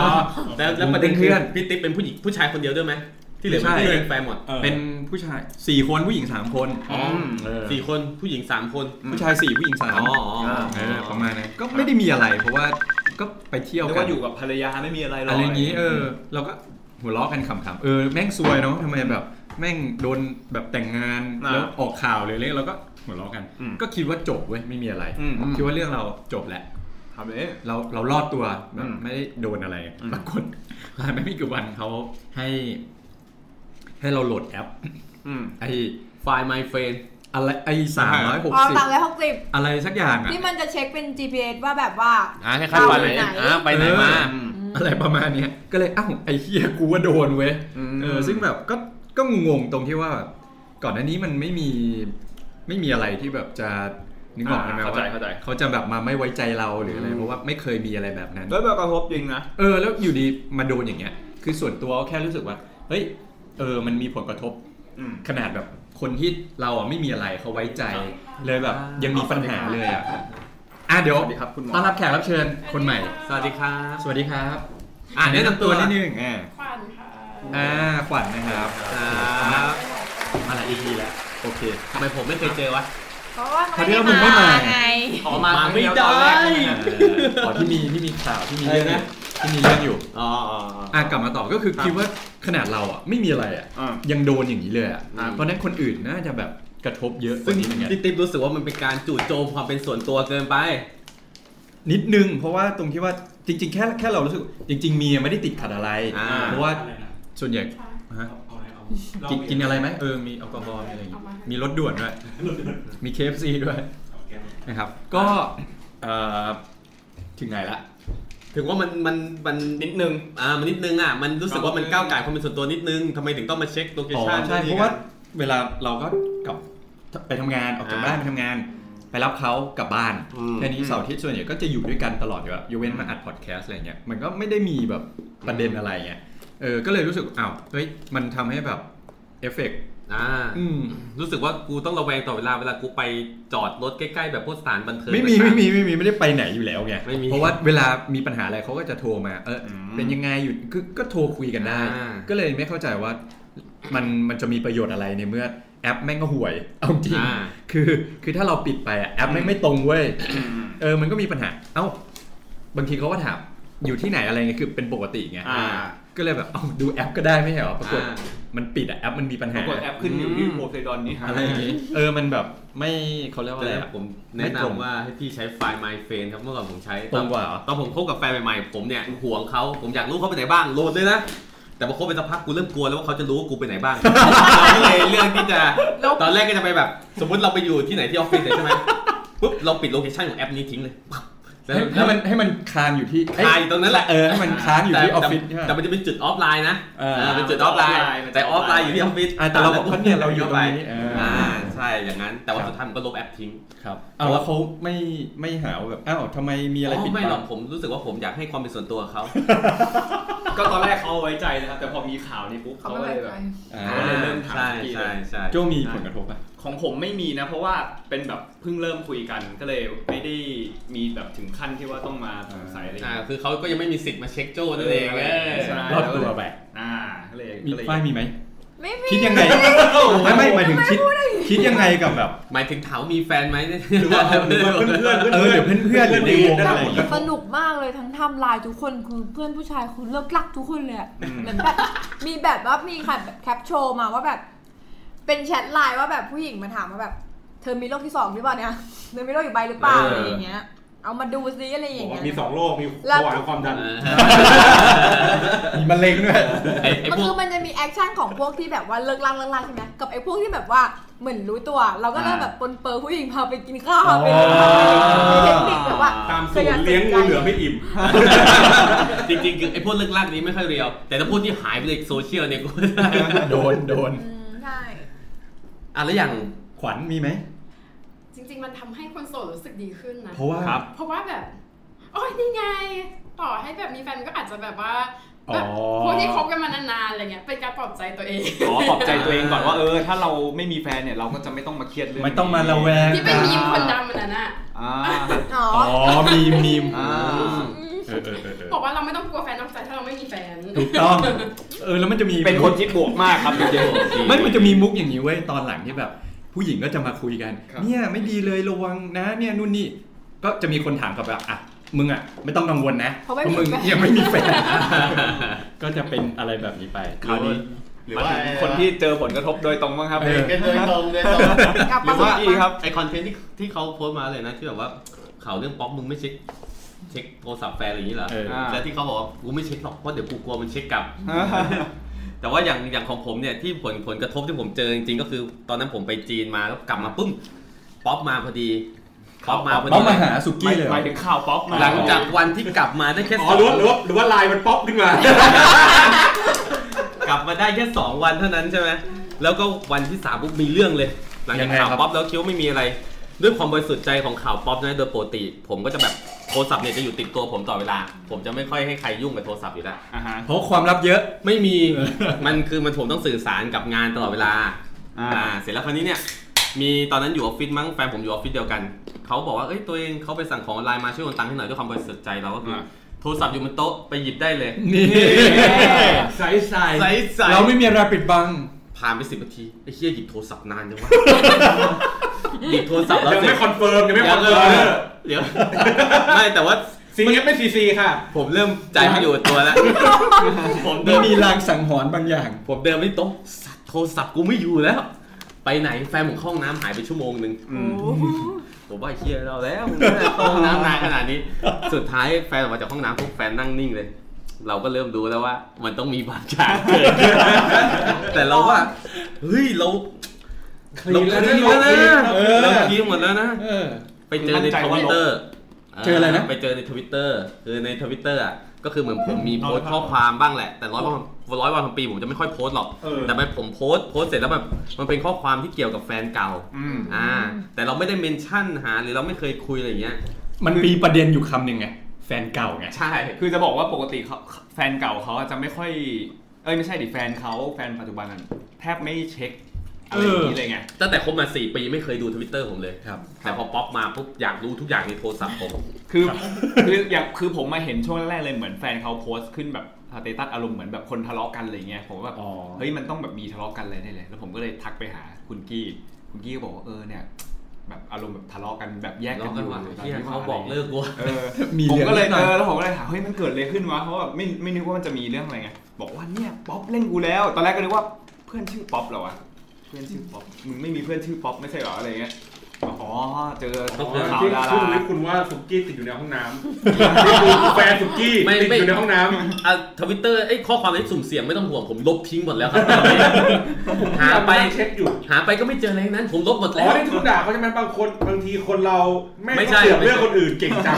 B: แล้วประเด็นคือ
C: เพื่อน
B: พี่ติ๊กเป็นผู้หญิงผู้ชายคนเดียวด้วยไหมที่เหลือ
C: ไม่
B: เป็น
C: ใช่
B: ผู้หญิงแฟนหมด
H: เออ
C: เป็นผู้ชายสี่คนผู้หญิงสามคน
I: อ๋ออืม
C: เออ
B: สี่คนผู้หญิงสามคน
C: ผู้ชายสี่ผู้หญิงสาม
B: อ๋ออ๋ออ๋อ
C: เออประมาณนั้นก็ไม่ได้มีอะไร เพราะว่าก็ไปเที่ยว
I: เรียก
C: กัน
I: ว่าอยู่กับภรรยาไม่มีอะไรหรอก
C: อะไรอย่างนี้เออเราก็หัวเราะกันขำๆเออแม่งซวยเนาะทำไมแบบแม่งโดนแบบแต่งงานแล้วออกข่าวเลยเลยเราก็หัวเราะกัน
I: อืม
C: ก็คิดว่าจบเว้ยไม่มีอะไร
I: อืม
C: คิดว่าเรื่องเราจบแหละ
I: ครับเอ๊ะ
C: เราเรารอดตัวแบบ
I: อืม
C: ไม่ได้โดนอะไร
I: อืม
C: ปรากฏ ผ่านไปไม่กี่วันเขาให้ ให้เราโหลดแอป
I: อืม
C: ไอ
B: ไฟล์ my friend
C: อะไรไอสามร้อยหก
G: อ๋อ
C: สิบ
G: สามร้อยหกสิบ
C: อะไรสักอย่างอะ
G: ที่มันจะเช็คเป็น GPS ว่าแบบว่า
B: อ่าคล้ายๆไฟล์ไหน
G: ไหน
B: อ่าไปไหนมา
I: อืม
C: อะไรประมาณเนี้ยก็เลยอ้าวไอเฮียกูว่าโดนเว้ย
I: อืม
C: เออซึ่งแบบก็ก็งงๆตรงที่ว่า ก่อนหน้านี้มันไม่มีไม่มีอะไรที่แบบจะนึกออกใช่ไหม
I: เข้าใจ
C: ว่า
I: เข้าใจ
C: เขาจะแบบมาไม่ไว้ใจเราหรืออะไรเพราะว่าไม่เคยมีอะไรแบบนั้น
I: แล้วแบบกระทบจริงนะ
C: เออแล้วอยู่ดีมาโดนอย่างเงี้ย คือส่วนตัวก็แค่รู้สึกว่าเฮ้ยเออมันมีผลกระทบ
I: อืม
C: ขนาดแบบคนที่เราอ่ะไม่มีอะไรเขาไว้ใจ เลยแบบ ยังมีปัญหาเลยอ่ะอ่ะเดี๋ยว
I: สวัสดีครับคุณหมอ
C: ต้อนรับแขกรับเชิญคนใหม่
B: สวัสดีครับ
C: สวัสดีครับ
B: อ่ะแนะนำตัว
C: นิดนึงอ่าอ่าขวัญนะครับ
B: ครับ
C: มาหลาย EP แล้วโอเค
B: ทำไมผมไม่เคยเจอวะ
G: เพราะว่ามัน
C: เขาเรียกว่ามึ
G: ไม่
C: งไม่
G: ได้
C: มา
G: มาไง
I: ออกมา
B: มาไม่
I: ต
B: ได้
I: อนแรกใช่หม
C: เอออ๋อที่มีที่มีข่าวที่มีเรื่องอยู่ที่มีเรื่องอยู่
B: อ๋ออ๋ออ๋อ
C: อ่ะกลับมาต่อก็คือคิดว่าขนาดเราอ่ะไม่มีอะไรอ่ะ
I: อ่ายั
C: ยังโดนอย่างนี้เลยอ่ะเพราะฉะนั้นคนอื่นน่าจะแบบกระทบเยอะก
B: ซึ่
C: ว่าง นี้เหมือนกัน
B: พี่ติ๊กรู้สึกว่ามันเป็นการจู่โจมความเป็นส่วนตัวเกินไป
C: นิดนึง เพราะว่าตรงที่ว่าจริง ๆ แค่แค่เรารู้สึกจริง ๆ มีไม่ได้ติดขัดอะไร
B: อ่า
C: เพราะว่า
H: อะไรนะ
C: ส่วนใหญ่ฮะ
H: เอาอะไรเอาเรา
C: กินกินอะไรไหมเออมีแอลกอฮอล์มีอะไรอย่างงี้มีรถด่วนด้วย มี KFC ด้วย
H: เอาแก้ว
C: นะครับ ก็เอ่อถึงไหนละ
B: ถึงว่ามันมันมันนิดนึงอ่ามันนิดนึงอ่ะมันรู้สึกว่ามันก้าวไก่ายความเป็นส่วนตัวนิดนึงทำไมถึงต้องมาเช็คโลเค
C: อ๋อ
B: ชั่น
C: ใช่เพราะว่าเวลาเราก็กลับไปทำงานออกจากบ้านไปทำงาน ไปรับเขากลับบ้านแค่นี้เสาร์อาทิตย์ส่วนใหญ่ก็จะอยู่ด้วยกันตลอดอยู่แล้วยกเว้นมาอัดพอดแคสต์อะไรเงี้ยมันก็ไม่ได้มีแบบประเด็นอะไรเงี้ยเออก็เลยรู้สึกอ้าวเฮ้ยมันทำให้แบบเอฟเฟกต์
B: อ่า
C: อืม
B: รู้สึกว่ากูต้องระแวงต่อดเวลาเวลากูไปจอดรถใกล้ๆแบบพวกสถานบันเทิง
C: ไม่มี
B: ต่างๆ
C: ไม่มีไม่มีไม่ได้ไปไหนอยู่แล้วไง
B: ไม่มี
C: เพราะว่าเวลามีปัญหาอะไรเขาก็จะโทรมาเอออ
I: ม
C: เป็นยังไงอยู่คือก็โทรคุยกันได้
B: อ่า
C: ก็เลยไม่เข้าใจว่ามันมันจะมีประโยชน์อะไรในเมื่อแอปแม่งก็ห่วยเอาจริง
B: อ่า
C: คือคือถ้าเราปิดไปอะแอปไม่งไม่ตรงเว้ยเออมันก็มีปัญหา เอ้า บางทีเขาก็ถามอยู่ที่ไหนอะไรเงี้ยคือเป็นปกติไง
I: อ่า
C: ก็เลยแบบเอ้าดูแอปก็ได้ไม่ใช่เหรอปรากฏ
B: อ่า
C: มันปิดอะแอปมันมีปัญ
I: ป
C: หา
I: รากฏแอปขึ้นอยู่ที่โพไซดอนนี่
C: อะไรอย่างงี้เออมันแบบไม่เขาเรียกว่าอะไร
B: แล้ว
C: อะ
B: ผม
C: ไม่
B: แนะ
C: ตรง
B: นำว่าให้พี่ใช้ไฟล์ My f r i e n d ครับเมื่อก่อนผมใช้
C: ต
B: ต
C: ร
B: อน
C: งกว่าเหรอ
B: ตอนผมคบกับแฟนใหม่ๆผมเนี่ยห่วงเขาผมอยากรู้เขาไปไหนบ้างโหลดเลยนะ แต่พอคบไปสักพักกูเริ่มกลัวแล้วว่าเขาจะรู้ว่ากูไปไหนบ้าง ก็เลยเรื่องที่จะตอนแรกก็จะไปแบบ สมมติเราไปอยู่ที่ไหนที่ออฟฟิศเลยใช่ไหมปุ๊บเราปิดโลเคชั่นของแอปนี้ทิ้งเลยปั๊บแล้
C: ให้
B: วแล้ว
C: ให้มั
B: มัน
C: นให้มันค้างอยู่ที่เอ้ย
B: คาอยู่ตรงนั้นแหละ
C: เออให้มันค้างอยู่ที่ออฟฟิศใช่
B: แต่
C: ปะ
B: มันจะเป็นจุดออฟไลน์นะ
C: เออ
B: เออเป็นจุดออฟไลน์
I: มันจะ
B: แต่ออฟไลน์อยู่ที่ออฟฟิศ
C: อ่าแต่เราบอกว่าเนี่ยเราอยู่ตรงนี้เอออ่
B: อ่าใช่อย่างนั้น แต่ว่าสุดท้ายมันก็ลบแอปทิ้ง
C: ครับเอาแล้วเขาไม่ไม่หาว่าแบบอ้าวทำไมมีอะไรปิด
B: ไม่หร
C: บั
B: อก
C: ง
B: ผมรู้สึกว่าผมอยากให้ความเป็นส่วนตัวกับเขา
I: ก็ตอนแรกเขาเอาไว้ใจนะครับ แต่พอมีข่าวนี่ปุ๊บเขา
G: เขาไม่
I: ก็เล
G: ไว้
I: ยแบบ
G: ใจ
C: อ่า
I: ก็เลยเริ่มถามสักทีเลย
B: ใช่ใช่ใช่
C: โจมีผลกระทบปะ
I: ของผมไม่มีนะ เพราะว่าเป็นแบบเพิ่งเริ่มคุยกันก็เลยไม่ได้มีแบบถึงขั้นที่ว่าต้องมาสงสัยอะไรอย่าง
B: อ่า
I: เงี้ย
B: คือเขาก็ยังไม่มีสิทธิ์มาเช็คโจ้นั่นเองเออ
I: ใช่
C: รอดตัวไป
I: อ่าก็เลย
C: มี
I: ก็เลย
C: ฝ้ายมีไหม
G: ไม่มี
C: คิดยังไงไม่ไม่หมายถึงคิดคิดยังไงกับแบบ
B: หมายถึงถามว่ามีแฟนไหม
C: หรือว่าเออหรือว่าเพื่อนๆเออเดี๋ยวเพื่อนเพื่อนๆหรือในวงอะไรอย่างเงี้ย
G: สนุกมากเลยทั้งไทำลายทุกคนคือเพื่อนผู้ชายคุณเลิกลักทุกคนเลยอะเหมือนแบบมีแบบว่ามีค่ะแบบแคปโชว์มาว่าแบบ เป็นแชทไลน์ว่าแบบผู้หญิงมาถามว่าแบบ เธอมีโรคที่สองหรือเปล่าเนี่ยเธอมีโรคอยู่ใบหรือเปล่าอะไรอย่างเงี้ย เอามาดูซิอะไรอบ
H: อย่างก
G: เงี้
H: ว่าย มีสองโรคมี
G: แล้ว
H: เบาหวานความดัน
C: มีมะเร็งด้วย
J: ไอ้ไอ้
G: มัน
J: พว
G: คื
J: ก
G: อมันจะมีแอคชั่นของพวกที่แบบว่าเลิกล่างเลิกล่างใช่ไหมกับไอ้พวกที่แบบว่าเหมือนรู้ตัว เราก็เริ่ม
J: อ่า
G: แบบปนเปอร์ผู้หญิงพาไปกินข้าวไป
C: อ๋อ
G: มีเทคนิคแบบว่า
H: ตามสูตรเลี้ยงงูเหลือไม่อิ่ม
B: จริงๆคือไอ้พวกเรื่องลากนี้ไม่ค่อยเรียว แต่ถ้าพวกที่หายไปเลยโซเชียลเนี่ยกู
C: โดนโดน
G: อืมใช่
B: อ่ะแล้วอย่าง
C: ขวัญมีไหม
K: จริง ๆ มันทำให้คนโสดรู้สึกดีขึ้นนะ
C: เพราะว่า
F: ครับ
K: เพราะว่าแบบ โอ้ยนี่ไง ต่อให้แบบมีแฟนก็อาจจะแบบว่า
C: อ๋อ
K: แบบพวกที่คบกันมานานๆอะไรเงี้ยเป็นการปลอบใจตัวเอง
F: ขอปลอบใจตัวเองก่อนว่าเออถ้าเราไม่มีแฟนเนี่ยเราก็จะไม่ต้องมาเครียดเรื่อง
C: ไม่ต้องมาระแวง
K: ที่เป็นมีมคนดำมันนั้นอ่ะ
F: อ่า
G: อ๋อ
C: อ๋อมีมีม
F: อ่า
C: เออเออเออเออ
K: บอกว่าเราไม่ต้องกลัวแฟนนอกใจถ้าเราไม่มีแฟน
C: ถูกต้อง เออแล้วมันจะมี
F: เป็นคนคิดบวกมากครับจริง ๆ
C: ไม่มันจะมีมุกอย่างนี้เว้ยตอนหลังที่แบบ ผู้หญิงก็จะมาคุยกัน
F: ครับ
C: เนี่ยไม่ดีเลยระวังนะเนี่ยนู่นนี่ก็จะมีคนถามกลับแบบอ่ะมึงอ่ะไม่ต้องกังวลนะ
G: เพราะไม่
C: เพราะ
G: มี
C: มึง
G: แฟน
C: ยังไม่มีแฟ นก็จะเป็นอะไรแบบนี้ไปคราวนี้
F: หรือว่าคนที่เจอผลกระทบโดยตรงบ้างครับ
C: เออ
F: เป็นโดยตรงเลย
G: กลับ
F: หรื
G: มา
F: อว่าอีครับ
B: ไอคอนเทนต์ที่ที่เขาโพสต์มาเลยนะที่แบบว่าข่าวเรื่องป๊อปมึงไม่เช็คเช็คโทรศัพท์แฟนอะไรอย่างนี้เหรอ
C: เออ
B: แล้วที่เขาบอกว่ากูไม่เช็คหรอกเพราะเดี๋ยวกูกลัวมันเช็คกลับ แต่ว่าอย่างอย่างของผมเนี่ยที่ผลผลกระทบที่ผมเจอจริงๆก็คือ ตอนนั้นผมไปจีนมาแล้วกลับมาปุ้มป๊อปมาพอดีป๊อปมาพอ
C: ต้
B: ดี
C: องมาหาสุกี้เลยเหร
F: ห
C: อ
F: มายถึงข่าวป๊อปมา
B: หลังจากวันที่กลับมาได้แค่
H: อ๋
B: ส
H: อ
B: อง
H: หรือว่าหรือว่าหรือว่าลายมันป๊อปขึ้นมา
B: กลับมาได้แค่สองวันเท่านั้นใช่ไหมแล้วก็วันที่สามปุ๊บมีเรื่องเลย หลังจากข่าวป๊อปแล้วคิดว่าไม่มีอะไร ด้วยความบริสุทธิ์ใจของข่าวป๊อปนะโดยปกติ ผมก็จะแบบโทรศัพท์เนี่ยจะอยู่ติดตัวผมต่อดเวลา ผมจะไม่ค่อยให้ใครยุ่งกับโทรศัพท์อยู่แล้ว
F: อ่าฮะ
C: เพราะความลับเยอะ
B: ไม่มี มันคือมันผมต้องสื่อสารกับงานตลอดเวลา
F: อ่า
B: อ่า เสร็จแล้วคราวนี้เนี่ย มีตอนนั้นอยู่ออฟฟิศมั้ง แฟนผมอยู่ออฟฟิศเดียวกัน เขาบอกว่า เอ้ย ตัวเองเขาไปสั่งของออนไลน์มาช่วยโอนตังค์ให้หน่อยด้วยความบริสุทธิ์ใจเราก็คืออโทรศัพท์อยู่บนโต๊ะไปหยิบได้เลย
C: นี่
H: ใสใส
B: ใส่ใส่
C: เราไม่มีอะไรปิดบัง
B: ผ่านไปสิบนาที ไอ้เหี้ยหยิบโทรศัพท์นาน จังวะ หยิบโทรศัพท์แล้ว
H: ยัง
B: เสร็จ
H: ไม่คอนเฟิร์มยังไม่คอน
B: เดี๋
H: เฟิ
B: ยว
H: ร์ม
B: เดี๋ยว ไม่แต่ว่า
H: ซีเอฟไม่ซีซีค่ะ
B: ผมเริ่มใจไม่อยู่กับตัว แล้ว ผมเดิ
C: ไม่
B: น
C: มีรางสังหรณ์บางอย่าง
B: ผมเดินไปที่โต๊ะสัตว์โทรศัพท์กูไม่อยู่แล้ว ไปไหนแฟนผมเข้าห้องน้ำหายไปชั่วโมงหนึ่งผมว่าไอ้เฮียเราแล้วมึงไม่ได้เข้าห้องน้ำนานขนาดนี้ สุดท้ายแฟนออกมาจากห้องน้ำพวกแฟนนั่งนิ่งเลย เราก็เริ่มดูแล้วว่า มันต้องมีบางอย่างเกิดขึ้นแต่เราว่าเฮ้ยเราเราเคลียร์แล้วนะ
C: เออ
B: เราเคลียร์หมดแล้วนะ
C: เออ
B: ไปเจอในทวิตเตอร์
C: เจออะไรนะ
B: ไปเจอในทวิตเตอร์คือในทวิตเตอร์อ่ะก็คือเหมือนผมมีโพสต์ข้อความบ้างแหละ แต่ร้อยวันร้อยวันพันปีผมจะไม่ค่อยโพสต์หรอก
H: เออ
B: แต่ไม่ผมโพสต์โพสต์เสร็จแล้วแบบมันเป็นข้อความที่เกี่ยวกับแฟนเก่า
F: อืม
B: อ่าแต่เราไม่ได้เมนชั่นหาหรือเราไม่เคยคุยอะไรอย่างเงี้ย
C: มันมีประเด็นอยู่คำหนึ่งไง แฟนเก่าไง
B: ใช่
F: คือจะบอกว่าปกติเขาแฟนเก่าเขาอาจจะไม่ค่อย เอ้ยไม่ใช่ดิแฟนเขาแฟนปัจจุบันนั้นแทบไม่เช็คอะไรอย่างนี้เลยไง
B: ตั้งแต่คบมา 4 ปีไม่เคยดูทวิตเตอร์ผมเลย
C: ครับ
B: แต่พอป๊อปมาปุ๊บอยากรู้ทุกอย่างในโทรศัพท์ผม
F: คือคืออย่างคือผมมาเห็นช่วงแรกๆเลยเหมือนแฟนเขาโพสต์ขึ้นแบบสเตตัสอารมณ์เหมือนแบบคนทะเลาะกันอะไรเงี้ยผมก็แบบ
C: อ๋อ
F: เฮ้ยมันต้องแบบมีทะเลาะกันอะไรได้เลยแล้วผมก็เลยทักไปหาคุณกี้ คุณกี้ก็บอกว่าเออเนี่ย แบบอารมณ์แบบทะเลาะกันแบบแยกกันอ
B: ทะ
F: ยู่
B: เลาะกันว่ะ
F: ตน
B: เหี้ย
F: ที่
B: เขาบอกเลิกกู
F: เออ
C: มี
F: ผม
C: เรื่อง
F: ก็เลย
C: นิดหน่อย
F: เออแล้วผมก็เลยถามเฮ้ยมันเกิดอะไรขึ้นวะเพราะว่าไม่ไม่นึกว่ามันจะมีเรื่องอะไรไงบอกว่าเนี่ยป๊อปเล่นกูแล้ว ตอนแรกก็นึกว่าเพื่อนชื่อป๊อปเหรอวะเพื่อนชื่อป๊อปมึงไม่มีเพื่อนชื่อป๊อปไม่ใช่เหรออะไรเงี้ยบอกอ๋อเจอ
B: ต้องเจอ
F: ข่าว
H: ที่
F: ดา
H: คุณ
F: รา
H: วิทย์คุณว่าสุกี้ติดอยู่ในห้องน้ำแฟนสุกี้
B: ไม่
H: ติด
B: ไม่
H: อยู่ในห้องน้ำ
B: อ่ะทวิตเตอร์ไอ้ยข้อความที่สุ่มเสี่ยงไม่ต้องห่วงผมลบทิ้งหมดแล้วครับ หาไป
H: เช็คอยู่
B: หาไปก็ไม่เจออะไรทั้งนั้นผมลบหมด
H: อ๋
B: แล้
H: อ
B: ว
H: นี่ทุกด่าเขาใช่ไหมบางคนบางทีคนเราแม่ง
B: ไม่
H: ก็
B: ใช่
H: เสือกเรื่องคนอื่นเก่งจัง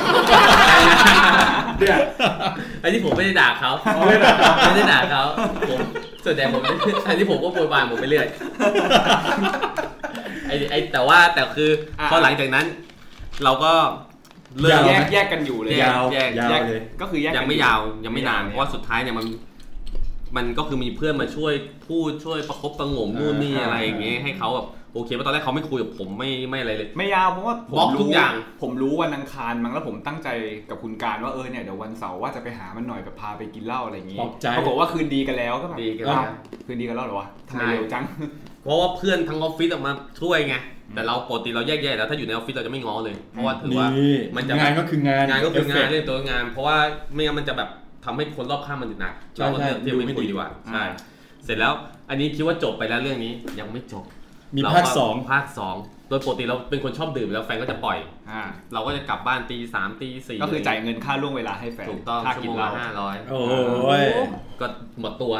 H: เนี่ย
B: ไอ้ที่ผมไม่ได้ด่าเขา
H: เอาเลยนะ
B: ไม่ได้ด่าเขาผมส่วนใหญ่ผมไอ้ที่ผมก็โวยวายผมไปเรื่อยไอ้ไอ้แต่ว่าแต่คือ
F: อ่ะ
B: พอหลังจากนั้น เราก็เลิ
C: ยาก ว
F: แย
C: ไหม
F: กแยกกันอยู่เลย
B: แยก
C: ยาว
B: แยก
C: ยาว
F: แยก
C: เลย
F: ก็คือแยก
B: ยัง
F: กั
B: ไม่ยาวยังไม่นานเพราะว่าสุดท้ายเนี่ยมัน มันก็คือมีเพื่อนมาช่วยพูดช่วยประคบประหงมนู่นนี่อะไรอย่างเงี้ยให้เขาแบบโอเคเพราะตอนแรกเขาไม่คุยกับผมไม่ไม่อะไรเลย
F: ไม่ยาวเพราะว่าผม
B: บล็อกทุก
F: รู้
B: อย่าง
F: ผมรู้วันอังคารมั้งแล้วผมตั้งใจกับคุณการว่าเออเนี่ยเดี๋ยววันเสาร์ว่าจะไปหามันหน่อยแบบพาไปกินเหล้าอะไรอย่างงี้
C: ปลอบใจ
F: ปรากฏว่าคืนดีกันแล้วก็แบบ
B: ดีกัน
F: อ้าว
B: แล้ว
F: คืนดีกันแล้วเหรอวะทำไม
B: ใช่
F: เร็วจัง
B: เพราะว่าเพื่อนทั้งออฟฟิศออกมาช่วยไงแต่เราปกติเราแยกแยะแล้วถ้าอยู่ในออฟฟิศเราจะไม่ง้อเลยเพราะว่าถือว่า
C: นี่
B: มันจะ
C: งานก็คืองาน
B: งานก็คือ
C: effect
B: งานเรื่องตัวงาน เพราะว่าไม่งั้นมันจะแบบทำให้คนรอบข้างมันอึดอัด
C: ใช่
B: เราก็เลือก
C: ใช่
B: ที่จะไม่
C: ดูไม่
B: คุย
C: ดี
B: ดีกว่า
F: อ่า
B: ใช่เสร็จแล้วอันนี้คิดว่าจบไปแล้วเรื่องนี้ยังไม่จบ
C: มี
B: เร
C: ภาคสอง
B: ภาคสอง โดยปกติเราเป็นคนชอบดื่มแล้วแฟนก็จะปล่อย
I: อ่า
B: เราก็จะกลับบ้านตีสามตีสี่
I: ก็คือจ่ายเงินค่าล่วงเวลาให้แฟน
B: ถูกต้อง
I: ค่า
B: ชั่ว
I: กิ
B: โม
I: น
B: ง
I: เหล้า
B: ละห้าร้อย
D: โอ้ย
B: ก็หมดตัว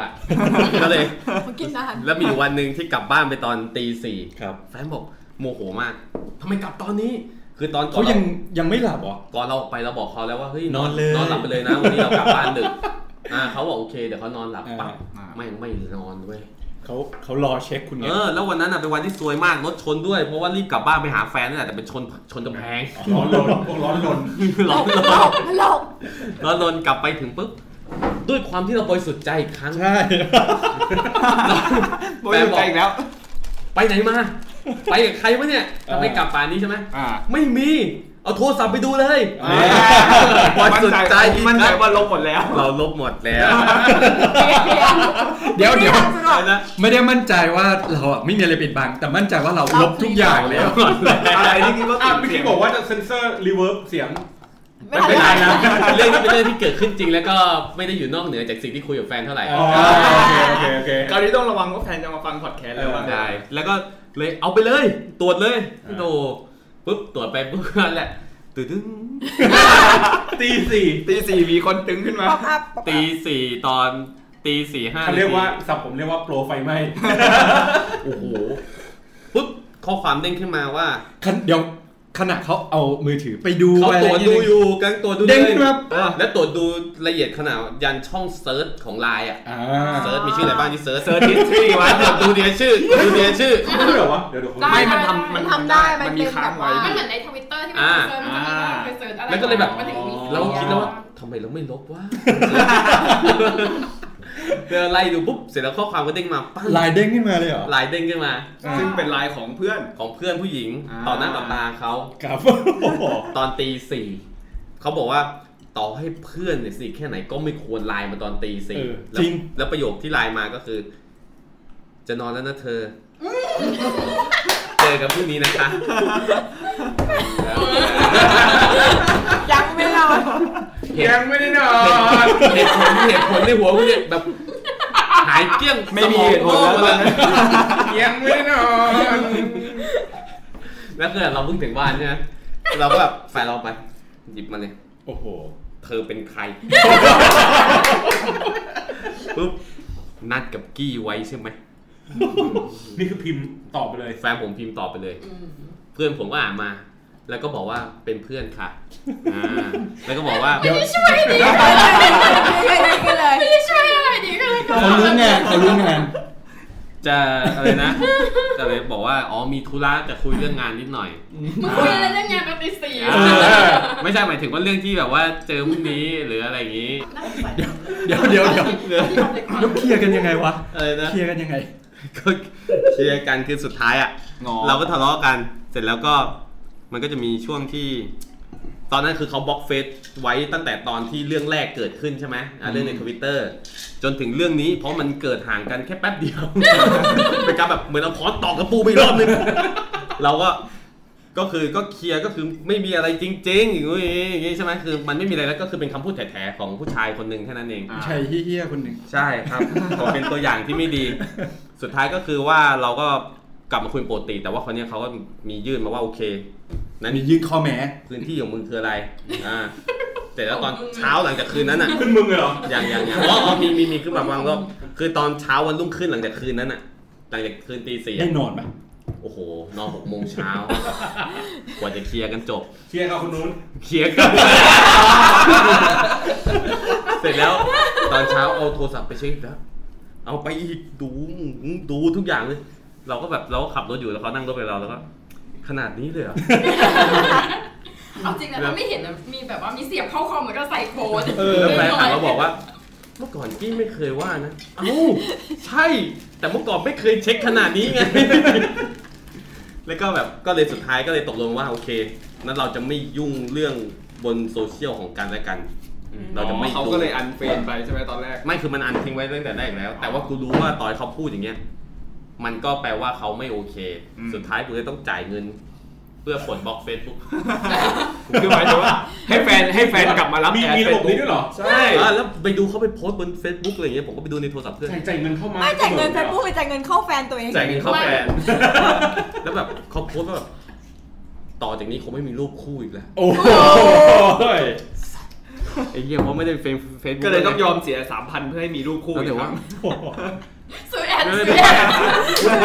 B: ก็เลย
G: เขากินอาหาร
B: แล้วมีอยู่วันหนึ่งที่กลับบ้านไปตอนตีสี่
C: ครับ
B: แฟนบอกโมโหมากทำไมกลับตอนนี้ คือตอนก่อ
C: เขา
B: น
C: ยังยังไม่หลับเหรอ
B: ก่อนเราออกไปเราบอกเขาแล้วว่าเฮ้ย
C: นอนเลย
B: นอนหลับไปเลยนะวันนี้เรากลับบ้านดึกอ่าเขาบอกโอเคเดี๋ยวเขานอนหลับปั๊บ
I: อ่า
B: ไม่ไม่นอนเว้ย
C: เขาเขารอเช็คคุณไง
B: เออแล้ววันนั้นน่ะเป็นวันที่ซวยมากรถชนด้วย เพราะว่ารีบกลับบ้านไปหาแฟนนั่นแหละแต่เป็นชนชนกำแพง
H: ร้อนลนพวกร้อนลน
B: ร้อน
G: หลอกหลอก
B: ร้อนรนกลับไปถึงปุ๊บด้วยความที่เราบริสุทธิ์ใจอีกครั้ง
C: ใช่
I: โอ้ยใจอีกแล้ว
B: ไปไหนมา ไปกับใครวะเนี่ยทำไมกลับป่านนี้ใช่ไหม
I: อ่า
B: ไม่มีเอาโทรศัพท์ไปดูเลยบริ
I: มั่น
B: สุท
I: ใจ
B: ธิ์ใจอีก
I: มั่น
B: ค
I: ใจ
B: รั้ง
I: ว่าลบหมดแล้ว
B: เราลบหมดแล้ว
C: เดี๋ยวเดี๋ยว
B: ไปนะ
C: ไม่ได้มั่นใจว่าเราอ่ะไม่มีอะไรปิดบังแต่มั่นใจว่าเราลบทุกอย่างแล้ว
I: อะไรที่คิดว่า
H: อ่ะเมื่อกี้บอกว่าจะเซ็นเซอร์รีเวิร์บเสียง
G: ไม่ทัน
B: ไม่
G: ไร
B: ได้นะเรื่องนี้เป็นเรื่องที่เกิดขึ้นจริงแล้วก็ไม่ได้อยู่นอกเหนือจากสิ่งที่คุยกับแฟนเท่าไหร่
H: อ๋อโอเคโอเคโอเค
I: คราวนี้ต้องระวังว่าแฟนจะมาฟังพอดแคสต์แล้วบ้าง
B: ได้แล้วก็เลยเอาไปเลยตรวจเลยพี่โตปุ๊บตรวจไปปุ๊บนั่นแหละตื่นดึง
H: ตีสี่
I: ตีสี่มีคนตึงขึ้นมา
G: ป๊อปอัพ
B: ตีสี่ตอนตีสี่ห้า
H: เขาเรียกว่าสับผมเรียกว่าโปรไฟไหม
B: โอ้โหปุ๊บข้อความเด้งขึ้นมาว่า
C: คันเดี๋ยวขณะเขาเอามือถือไปดู
B: เขา
C: อะไร
B: ตรวจ
C: เงี้
B: ดู
C: ย
B: อยู่กำลังตรวจดู
C: เด้ง
B: ลย
C: ขึ้นมา
B: อ่ะแล้วตรวจดูละเอียดขนาดยันช่องเซิร์ชของไลน์อ่ะ
C: อ่า
B: เซิร์ชมีชื่ออะไรบ้างที่เซิร์ช
I: เซิร์ชฮิสทรีไว้
B: ตรวจดูเดียวชื่อดูเดียวชื่อ
H: ไม่รู้เหรอวะ เดี๋ยวเดี๋ยวผม
K: ได้
I: ไม่มันทำ
G: มันทำได้ มัน
I: มันมี
G: เป็น
I: ค้า
G: แบ
I: ง
G: บ
I: ไว้
G: ว่า
K: มันเหมือนในทวิตเตอร์ที่มัน
B: อ่า
K: เซิร์ชมันจะมีว่าไปเซิร์ชอะไร
B: แล้วก็เลยแบบ
K: มันถึงมี
B: เราคิดแล้วว่าทำไมเราไม่ลบวะ เดินไล่ดูปุ๊บเสร็จแล้วข้อความก็เด้งมาปั้ง
C: ลายเด้งขึ้นมาเลยเหรอ
B: ลายเด้งขึ้นมา
I: ซึ่งเป็นไลน์ของเพื่อน
B: ของเพื่อนผู้หญิง
I: อ่า
B: ต่อหน้าต่อตาเขา
C: ครับ
B: ตอนตีสี่เขาบอกว่าต่อให้เพื่อนเนี่ยสนิทแค่ไหนก็ไม่ควรไลน์มาตอนตีสี่
C: เออ
B: แล้ว
C: จริง
B: แล้วประโยคที่ไลน์มาก็คือ จะนอนแล้วนะเธออเจอกันพรุ่งนี้ นะคะ
G: ยังไม่เรา
B: เหตุ
I: ไม่ได้นอน
B: เหตุผลเหตุผลในหัวกูเนี่ยแบบ หายเกลี้ยง
I: ไม่มีเหตุผลแล้ว
B: สมองโง่หมด
I: ตอนนั้น
B: แล้ว
C: ยังไม่นอน
B: แล้วเนี่ยเราเพิ่งถึงบ้านใช่ไหมเราก็แบบแฟนเราไปหยิบมาเลย
C: โอ้โห
B: เธอเป็นใคร ปุ๊บ นัดกับกี้ไว้ใช่ไหม
H: นี่คือพิมพ์ตอบไปเลย
B: แฟนผมพิมพ์ตอบไปเลย เพื่อนผมก็อ่านมา แล้วก็บอกว่าเป็นเพื่อนค่ะอ่าแล้วก็บอกว่า
C: เดี๋ยว
G: ไม่ได้กันเลย
K: ไม่ช่วยอะไรดีก็เลยก็
C: เขารู้งานเขารู้งาน
B: จะอะไรนะ จะเลยบอกว่า อ๋อมีธุระจะคุยเรื่องงานนิดหน่อย
K: มึงคุยอะไรเรื่องงานปฏิเสธ
B: อ่าไม่ใช่หมายถึงว่าเรื่องที่แบบว่าเจอพรุ่งนี้หรืออะไรอย่างนี้
C: เดี๋ยวเดี๋ยวเดี๋ยวแล้วเคลียร์กันยังไงวะ
B: อะไรนะ
C: เคลียร์กันยังไง
B: ก็เคลียร์กันคือสุดท้ายอ่ะ
I: งอ
B: เราก็ทะเลาะกัน เสร็จแล้วก็มันก็จะมีช่วงที่ ตอนนั้นคือเขาบล็อกเฟซไว้ตั้งแต่ตอนที่เรื่องแรกเกิดขึ้นใช่ไหมอ่ะเรื่องในทวิตเตอร์จนถึงเรื่องนี้เพราะมันเกิดห่างกันแค่แป๊บเดียว เป็นการแบบเหมือนเอาค้อนตอกกระปูไปอีกรอบนึง เราก็ก็คือก็เคลียร์ก็คือไม่มีอะไรจริงๆอย่างงี้อย่างงี้ใช่ไหมคือมันไม่มีอะไรแล้วก็คือเป็นคำพูดแถๆของผู้ชายคนหนึ่งแค่นั้นเอง
I: อ่า
C: ใช่เฮี้ยๆคนหนึ่ง
B: ใช่ครับ ผมเป็นตัวอย่างที่ไม่ดี สุดท้ายก็คือว่าเราก็กลับมาคุยปกติ แต่ว่าคนนี้ยเขาก็มียื่นมาว่าโอเคนั้น
C: มียื่นข้อแม้
B: พื้นที่ของมึงคืออะไร อ่าแต่แล้วตอนเช้าหลังจากคืนนั้นอ่ะ
H: ขึ้นมึงเลยเหรอ
B: อย่างอย่างอย่างอ๋ออ๋อมีมีมีขึ้นมาบางรอบคือตอนเช้าวันรุ่งขึ้นหลังจากคืนนั้นอ่ะ หลังจากคืนตีสี่
C: ได้
B: อะ
C: นอนปะ
B: โอ้โหนอนหกโมงเช้ ากว่าจะเคลียร์กันจบ
H: เคลียร์กับคนนู้น
B: เคลียร์กันเสร็จแล้วตอนเช้าเอาโทรศัพท์ไปเช็คแล้ว เอาไปอีกดูดูทุกอย่างเลย เราก็แบบเราก็ขับรถอยู่แล้วเขานั่งรถไปเราแล้วก็ขนาดนี้เลยเหรอ
K: เอาจริงนะถ้าไม่เห็นนะมีแบบว่ามีเสียบเข้าคอมเหมือนก็ใส่โค้ด
B: เออแฟนถามมาบอกว่า เมื่อก่อนกี้ไม่เคยว่านะ เอ้าใช่ แต่เมื่อก่อนไม่เคยเช็คขนาดนี้ไง แล้วก็แบบก็เลยสุดท้ายก็เลยตกลงว่าโอเคนั้นเราจะไม่ยุ่งเรื่องบนโซเชียลของกันและกัน เราจะไม่
I: เขา
B: ดู
I: ก็เลยอันเฟรนไปใช่ไหมตอนแรก
B: ไม่คือมันอันทิ้งไว้ตั้งแต่แรกแล้ว แต่ว่ากูรู้ว่าตอนเขาพูดอย่างเงี้ย มันก็แปลว่าเขาไม่โอเค
I: อืม
B: สุดท้ายกูเลยต้องจ่ายเงิน เพื่อผลบล็อกเฟซบุ๊ก
I: คือหมายถึงว่า ให้แฟนให้แฟนกลับมารับ
H: มี
I: แอด
H: มี
I: เฟ
H: ระ
I: ซ
H: บบ
I: บุ๊
H: นี้
I: ก
H: ด้วยเหรอ
B: ใช่าแล้วไปดูเขาไปโพสต์บน Facebook อะไรอย่างเงี้ยผมก็ไปดูในโทรศัพท์เพื่อน
H: จ่ายจ่ายเงินเข้ามา
G: ไม่จ่ายเงินแฟนผู้ไปจ่ายเงินเข้าแฟนตัวเอง
B: จ่ายเงินเข้าแฟน แล้วแบบเขาโพสต์ว่าแบบ ต่อจากนี้คงไม่มีรูปคู่อีกแล้ว
C: โอ้ย
F: ไอ้เหี้ยเพราะไม่ได้เฟซเฟซบุ๊ก
I: ก็เลยต้องยอมเสียสามพันเพื่อให้มีรูปคู่
B: แล้ว
I: อี
B: เดี๋ย
I: ก
B: ว
I: ค
B: ว่า
I: รั้ง
K: ซื้อแอดซื้อแอด
B: แ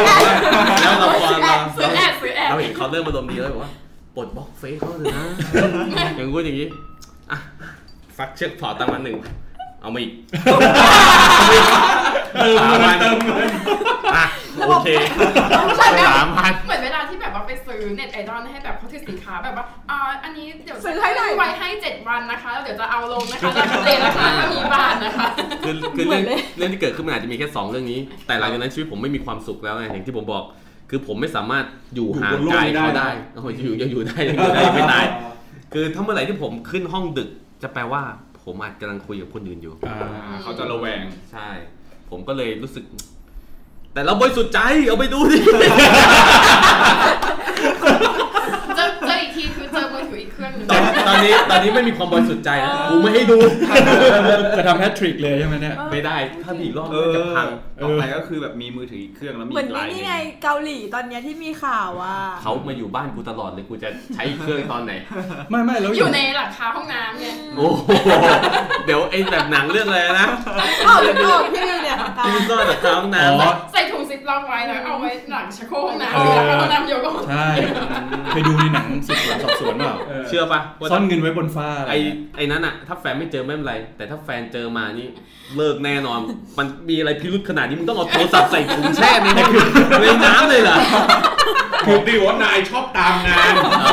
B: ล้วเราพอเรา
K: ซื้อแอดซื้อแอด
B: เราเห็นเขาเริ่มมาดมณ์ดีแล้วบอกว่าปลดบล็อกเฟซเขาเลยนะ อย่างกูดอย่างนี้อ่ะฟักเชือกถอดตังค์มาหนึ่งเอามาอีกสามพันอ่ะโอเค
K: ใช่ไหม
B: สามพัน
K: เหมือนเวลาที่แบบว่าไปซื้อเน็ตไอดอลให้แบบเขาถือสินค้าแบบว่าอ่าอันนี้เดี๋ยว
G: ซื้อให้หน่อย
K: ไว้ให้เจ็ดวันนะคะแล้วเดี๋ยวจะเอาลงนะคะแล้วเดี๋ยวราคาจะมีบาทนะคะ
B: คือคือเรื่องเรื่องที่เกิดขึ้นมันอาจจะมีแค่สองเรื่องนี้ แต่หลังจากนั้นชีวิตผมไม่มีความสุขแล้วไงอย่างที่ผมบอก คือผมไม่สามารถอยู่ห่างไกลเขาได้โอ้ยอยู่ยังอยู่ได้ยังอยู่ได้ยังไม่ตายคือถ้าเมื่อไหร่ที่ผมขึ้นห้องดึก จะแปลว่าผมอาจกำลังคุยกับคนอื่นอยู่
I: อ่าเขาจะระแวง
B: ใช่ ผมก็เลยรู้สึก แต่เราบริสุทธิ์ใจเอาไปดูดิ
K: เจอเจออีกทีคือเจอมือถืออีกเครื่องหนึง
B: ตอนตอนนี้ตอนนี้ไม่มีความบริสุทธิ์ใจแล้วกูไม่ให้ดู
C: จะทำแฮตทริกเลยใช่ไหมเนี่ย
B: ไม่ได้ถ้ามีอีกรอบ
I: เออ
B: มันจะพัง
I: ต่อไปก็คือแบบมีมือถืออีกเครื่องแล้วมี
G: เหมือน
I: อีกหลาย
G: นี่
I: เนี่ย
G: ไงเกาหลีตอนเนี้ยที่มีข่าวอ่ะ
B: เขามาอยู่บ้านกูตลอดเลยกูจะใช้เครื่องตอนไหน
C: ไม่ไม่แล้วอ
K: อ
C: ยู่ ยู่
K: ในหลังคาห้องน้ำเนี่ย
B: โอ้โหเดี๋ยวไอ้แบบหนังเรื่องอะไรนะ
G: อ้าวแล้วก็พี่นิวเนี่ยตา
B: ที่
G: ย
B: มันซ่อนแบบท้าห้องน้ำ
C: อ๋อ
B: อะ
K: ใส่ถุงซิปล็อกไว้แล้วเอาไว้หลังชักโครกห้องน้ำ
C: เออ
K: หลังห้องน้ำโยกก็
C: ใช่ไปดูในหนังสืบสวนสอบสวนเปล่า
B: เชื่อปะว่า
C: ซ่อนเงินไว้บนฟ้าะร
B: ไอ้ไอ้นั้นอะถ้าแฟนไม่เจอไม่เป็นไร แต่ถ้าแฟนเจอมานี่เลิกแน่นอน มันมีอะไรพิรุธขนาดนี้มึงต้องเอาโทรศัพท์ใส่ถุงแช่ใน ในน้ำเลยเหรอ
H: คือดีว่านายชอบตามงาน
B: อ๋อ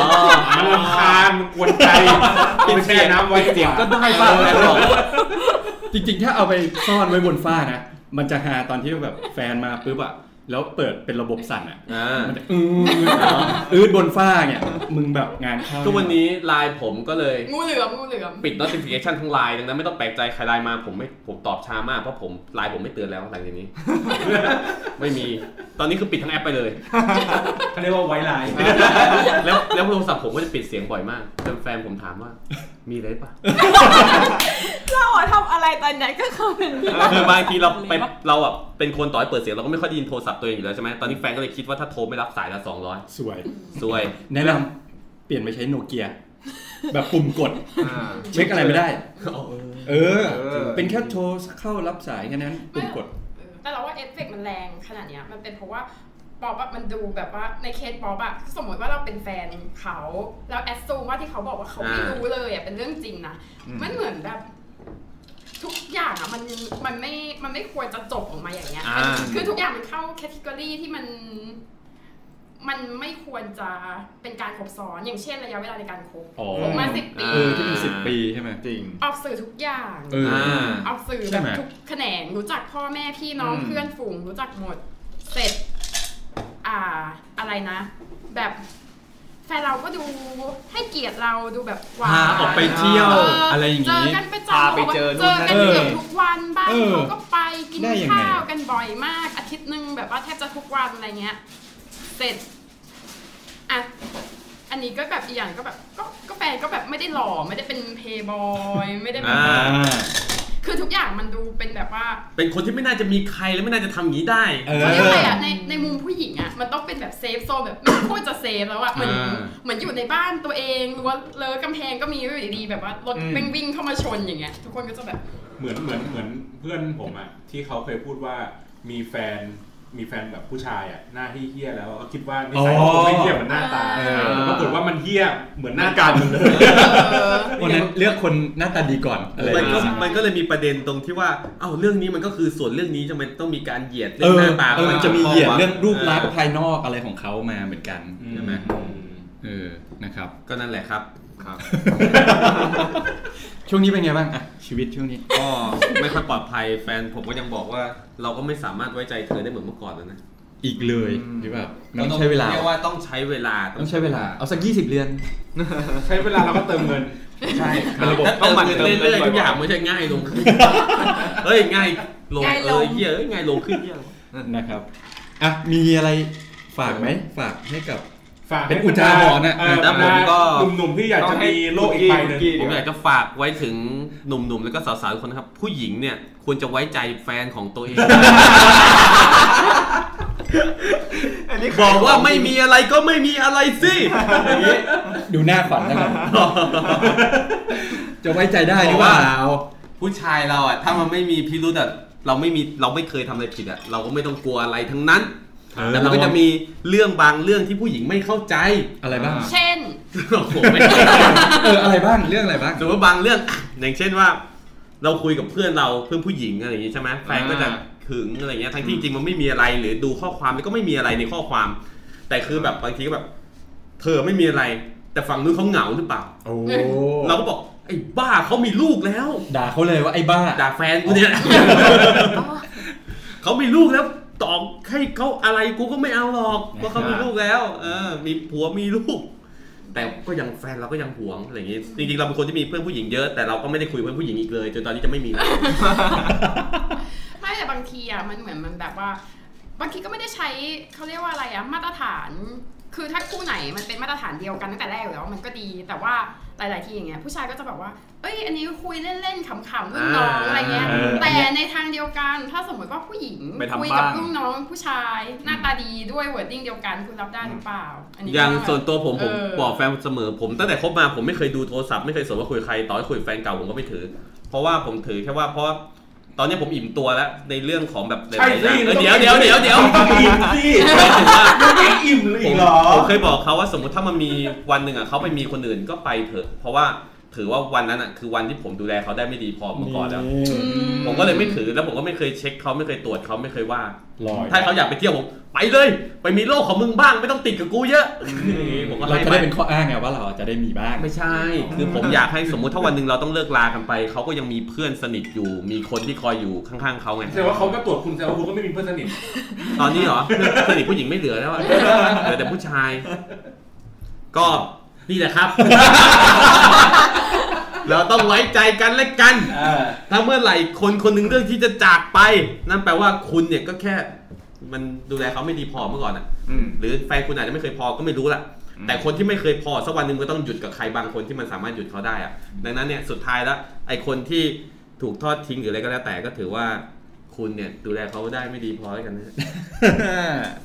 H: มันรำคาญมันกวนใจกินแช่น้ำไว้เสียงก็
B: ก็ได้ป่ะแฟนบอก
C: จริงๆ ถ้าเอาไปซ่อนไว้บนฟ้านะ มันจะหาตอนที่แบบแฟนมาปุ๊บอะแล้วเปิดเป็นระบบสั่นอะ
B: อ่า
C: มันจะอืดอืดบนฟ้าเนี่ยมึงแบบงานเข้า
B: ทุกวันนี้ไลน์ผมก็เลย
K: งูเหลือมงูเหลือม
B: ปิด notification ทั้งไลน์ดังนั้นไม่ต้องแปลกใจใครไลน์มาผมไม่ผมตอบช้ามากเพราะผมไลน์ผมไม่เตือนแล้วหลังจากนี้ ไม่มีตอนนี้คือปิดทั้งแอปไปเลย
H: เขาเรียกว่าไว้ลาย
B: แล้วแล้วโทรศัพท์ผมก็จะปิดเสียงบ่อยมากจนแฟนผมถามว่า มีอะไรปะ
G: เราอะทำอะไรตอนนั้นก็คือเป็นเรื่อง
B: คื อบางทีเราไปเราอ่ะเป็นคนต่อให้เปิดเสียงเราก็ไม่ค่อยได้ยินโทรศัพท์ตัวเองอยู่แล้วใช่ไหมตอนนี้แฟนก็เลยคิดว่าถ้าโทรไม่รับสายละสองร้อย
C: สวย
B: ซวย
C: แนะนำเปลี่ยนไปใช้โนเกีย แบบปุ่มกดเช็คอะไรไม่ได้ เออ
I: เออ
C: เป็นแค่โทรเข้ารับสายแค่นั้นปุ่มกด
K: เออแต่เราว่าเอฟเฟกต์มันแรงขนาดเนี้ยมันเป็นเพราะว่าป๊อปอะมันดูแบบว่าในเคสป๊อปอะสมมติว่าเราเป็นแฟนเขาเราแอดซูมว่าที่เขาบอกว่าเขาไม่
B: อ่า
K: รู้เลยอะเป็นเรื่องจริงนะมันเหมือนแบบ ทุกอย่างอะมันมันไม่มันไม่ควรจะจบออกมาอย่างเงี้ย
B: อ่า
K: คือทุกอย่างมันเข้าแคตตากรีที่มัน มันไม่ควรจะเป็นการครบซ้อนอย่างเช่นระยะเวลาในการคบ
C: อ๋อ
K: คบมาสิบปี
C: เออที่เป็นสิบปีใช่ไหม
F: จริง
K: ออกสื่อทุกอย่าง
C: เออ
B: อ่า
K: ออกสื่อ
C: ใช่
K: แบบ
C: ไหม
K: ทุกแขนงรู้จักพ่อแม่พี่น้อง
F: อืม
K: เพื่อนฝูงรู้จักหมด เสร็จ อ่าอะไรนะ แบบแฟนเราก็ดูให้เกียรติเราดูแบบหวา
C: พานออกไปเที่ยวอะไรอย่าง
K: เจอ
C: นี้
K: กันประจำ
F: พาไปเจอนู่
K: เจ
F: น
K: อ
F: นั่น
K: กันเกือบทุกวันบ้าน
C: เออ
K: เขาก็ไปกิน
C: ได้ยังไง
K: ข้าวกันบ่อยมากอาทิตย์หนึ่งแบบว่าแทบจะทุกวันอะไรเงี้ย เสร็จอ่ะอันนี้ก็แบบอีกอย่างก็แบบ ก็ก็แฟนก็แบบไม่ได้หล่อไม่ได้เป็นเพย์บอยไม่ได้แบบ
B: อ่า
C: อ่า
K: คือทุกอย่างมันดูเป็นแบบว่า
B: เป็นคนที่ไม่น่าจะมีใครและไม่น่าจะทำอย่างนี้ได้
C: เอ
K: เขาเรียกว่าอะไรอะในในมุมผู้หญิงอะมันต้องเป็นแบบเซฟโซนแบบ ไม่ควรจะเซฟแล้วอะเหมือน
B: อ่า
K: เหมือนอยู่ในบ้านตัวเองหรือว่าเลอะกำแพงก็มีอยู่ดีๆแบบว่ารถ
I: อืม
K: วิ่งวิ่งเข้ามาชนอย่างเงี้ยทุกคนก็จะแบบ
H: เหมือนเหมือนเหมือนเพื่อนผมอะที่เขาเคยพูดว่ามีแฟนมีแฟนแบบผู้ชายอะหน้าที่เฮี้ยแล้วก็คิดว่านิสัยเขาคงไม่เฮี้ยเหมือนหน้าตา
K: อ๋อ
H: แต่ปรากฏว่ามันเฮี้ยเหมือนหน้าตามันเลย
C: วันนั้นเลือกคนหน้าตาดีก่อนอะไรอ
B: มั
C: ย่าน ง
B: ก็
C: นี้
B: มันก็เลยมีประเด็นตรงที่ว่า เอ้าเรื่องนี้มันก็คือส่วนเรื่องนี้จะมันต้องมีการเหยียด
C: เอ
B: เรื่อง
C: อ
B: หน้าตา
C: เออมัน
B: ข้าา
C: จะมีเหยียดเรื่องรูปลักษ
B: เอ
C: ณ์
B: อ
C: ภายนอกอะไรของเขามาเหมือนกันใช่ไหมเออ นะครับ
B: ก็นั่นแหละครับ
F: ครับ
C: ช่วงนี้เป็นไงบ้างอะชีวิตช่วงนี้
B: ก็ไม่ค่อยปลอดภัยแฟนผมก็ยังบอกว่า เราก็ไม่สามารถไว้ใจเธอได้เหมือนเมื่อก่อนแล้วนะ
C: อีกเลยหรือแบบมันต้องใช้เวลา
B: เรียกว่าต้องใช้เวลา
C: ต้องใช้เวลา เอาสักยี่สิบเดือน
H: ใช้เวลาเราก็เติมเงิน
F: ใช่
B: ถ้า
F: ระบบต้
B: ต้
F: อ
B: อง ง
F: ห
B: ห
F: มั่
B: มั่
F: น
B: น
F: เติม
B: เรื่อยๆ
F: บ่
B: ทุก
F: ๆ
B: อย่างไม่ใช่ง่ายลงขึ้นเฮ้ยง่ายลง
G: ง่าย
B: เอ
G: ลง
B: อเหี้ยเอ้ยง่ายลงขึ้นเหี้ยอะไรวะ
C: นะครับ อ่ะ มีอะไรฝากไหม ฝากให้กับ
H: ฝาก
C: เป็นอุทาหรณ์อะ
H: เแล้วผมก็หนุ่มๆที่อยากจะมีโลกอีกใบหนึ่ง
B: ผมอยากจะฝากไว้ถึงหนุ่มๆแล้วก็สาวๆทุกคนนะครับ ผู้หญิงเนี่ยควรจะไว้ใจแฟนของตัวเอง
I: อันนี้ขย
B: บอกว่าไม่มีอะไรก็ไม่มีอะไรสิ
C: อย่างนี้ดูหน้าขวัญนะครับ จะไว้ใจได้หรือเปล่า
B: ผู้ชายเราอ่ะ ถ้ามันไม่มีพิรุธอ่ะเราไม่มีเราไม่เคยทำอะไรผิดอ่ะเราก็ไม่ต้องกลัวอะไรทั้งนั้น
D: เออ
B: แต่มันก็จะมีเรื่องบางเรื่องที่ผู้หญิงไม่เข้าใจ
C: อะไรบ้าง
K: เช่น
B: โอ้โหไม่เข้าใจ
C: เออ อะไรบ้าง เรื่องอะไรบ้าง
B: สมมติบางเรื่องอ่ะอย่างเช่นว่า เราคุยกับเพื่อนเราเพื่อนผู้หญิงอะไรอย่างงี้ใช่ไหมแฟนก็จะถึงอะไรเงี้ยทั้งที่จริงมันไม่มีอะไรหรือดูข้อความมันก็ไม่มีอะไรในข้อความ แต่คือแบบบางทีก็แบบ เธอไม่มีอะไร แต่ฝั่งนู้นเขาเหงาหรือเปล่า
C: โอ้
B: เราก็บอกไอ้บ้าเขามีลูกแล้ว
C: ด่าเขาเลยว่าไอ้บ้า
B: ด่าแฟนกูเนี่ย เขามีลูกแล้วตอกให้เขาอะไรกูก็ไม่เอาหรอกเพราะเขามีลูกแล้ว เออ มีผัวมีลูก แต่ก็ยังแฟนเราก็ยังหวงอะไรอย่างงี้จริงๆเราเป็นคนที่มีเพื่อนผู้หญิงเยอะแต่เราก็ไม่ได้คุยกับเพื่อนผู้หญิงอีกเลยจนตอนนี้จะไม่มีแล้ว
K: ไม่แต่บางทีอ่ะมันเหมือนมันแบบว่า บางทีก็ไม่ได้ใช้เขาเรียกว่าอะไรอ่ะมาตรฐาน คือถ้าคู่ไหนมันเป็นมาตรฐานเดียวกันตั้งแต่แรกอยู่แล้วมันก็ดี แต่ว่าหลาย ๆ ทีอย่างเงี้ยผู้ชายก็จะแบบว่า เอ้ย อันนี้คุยเล่น ๆขำๆรุ่นน้อง
B: อ่า
K: อะไรเงี้ย
C: เออ
K: แต่ในทางเดียวกันถ้าสมมติว่าผู้หญิง
F: ไปทำ
K: คุยกับ
F: บ้าง
K: รุ่นน้องผู้ชาย หน้าตาดีด้วยวอร์ดิ้งเดียวกันคุณรับได้หรือเปล่า อันนี้ก็
B: อย่างส่วนตัวผมผม
K: เออ
B: บอกแฟนเสมอ ผมตั้งแต่คบมาผมไม่เคยดูโทรศัพท์ไม่เคยสนว่าคุยกับใครต่อให้คุยกับแฟนเก่าผมก็ไม่ถือ เพราะว่าผมถือแค่ว่าเพราะตอนนี้ผมอิ่มตัวแล้วในเรื่องของแบบหลายๆอย่างเออเดี๋ยวเดี๋ยวเดี๋ยว เดี๋ยว
D: อิ่มสิไม่อิ่มเลย
B: ผมผมเคยบอกเขาว่าสมมติถ้ามันมีวันหนึ่งอ่ะเขาไปมีคนอื่นก็ไปเถอะ เพราะว่าถือว่าวันนั้นอ่ะคือวันที่ผมดูแลเขาได้ไม่ดีพอเมื่อก่อนแล้ว
K: อืม
B: ผมก็เลยไม่ถือแล้วผมก็ไม่เคยเช็คเขาไม่เคยตรวจเขาไม่เคยว่า
C: ลอย
B: ถ้าเขาอยากไปเที่ยวผมไปเลย ไปมีโลกของมึงบ้างไม่ต้องติดกับกูเยอะผมก็
C: เรา
B: ให้
C: จะ
B: ไป
C: ได้เป็นข้ออ้างไงว่าเราจะได้มีบ้าง
B: ไม่ใช่ คือผมอยากให้สมมุติถ้าวันหนึ่งเราต้องเลิกลากันไปเขาก็ยังมีเพื่อนสนิทอยู่ มีคนที่คอยอยู่ข้างๆเขาไง
H: แสดงว่าเขาก็ตรวจคุณแสดงว่าคุณก็ไม่มีเพื่อนสนิท
B: ตอนนี้เหรอเพื่อนสนิทผู้หญิงไม่เหลือแล้วอะเหลือแต่ผู้ชาย ก็นี่แหละครับ เราต้องไว้ใจกันและกัน ถ้าเมื่อไหร่คนคนหนึ่งเรื่องที่จะจากไป นั่นแปลว่าคุณเนี่ยก็แค่ มันดูแลเขาไม่ดีพอเมื่อก่อนอ่ะ
I: อืม
B: หรือแฟนคุณอาจจะไม่เคยพอก็ไม่รู้ล่ะ
I: อืม
B: แต่คนที่ไม่เคยพอสักวันหนึ่งมันก็ต้องหยุดกับใครบางคนที่มันสามารถหยุดเขาได้อ่ะ ดังนั้นเนี่ยสุดท้ายแล้วไอ้คนที่ถูกทอดทิ้งหรืออะไรก็แล้วแต่ก็ถือว่าคุณเนี่ยดูแลเขาได้ไม่ดีพอแล้วกันนะ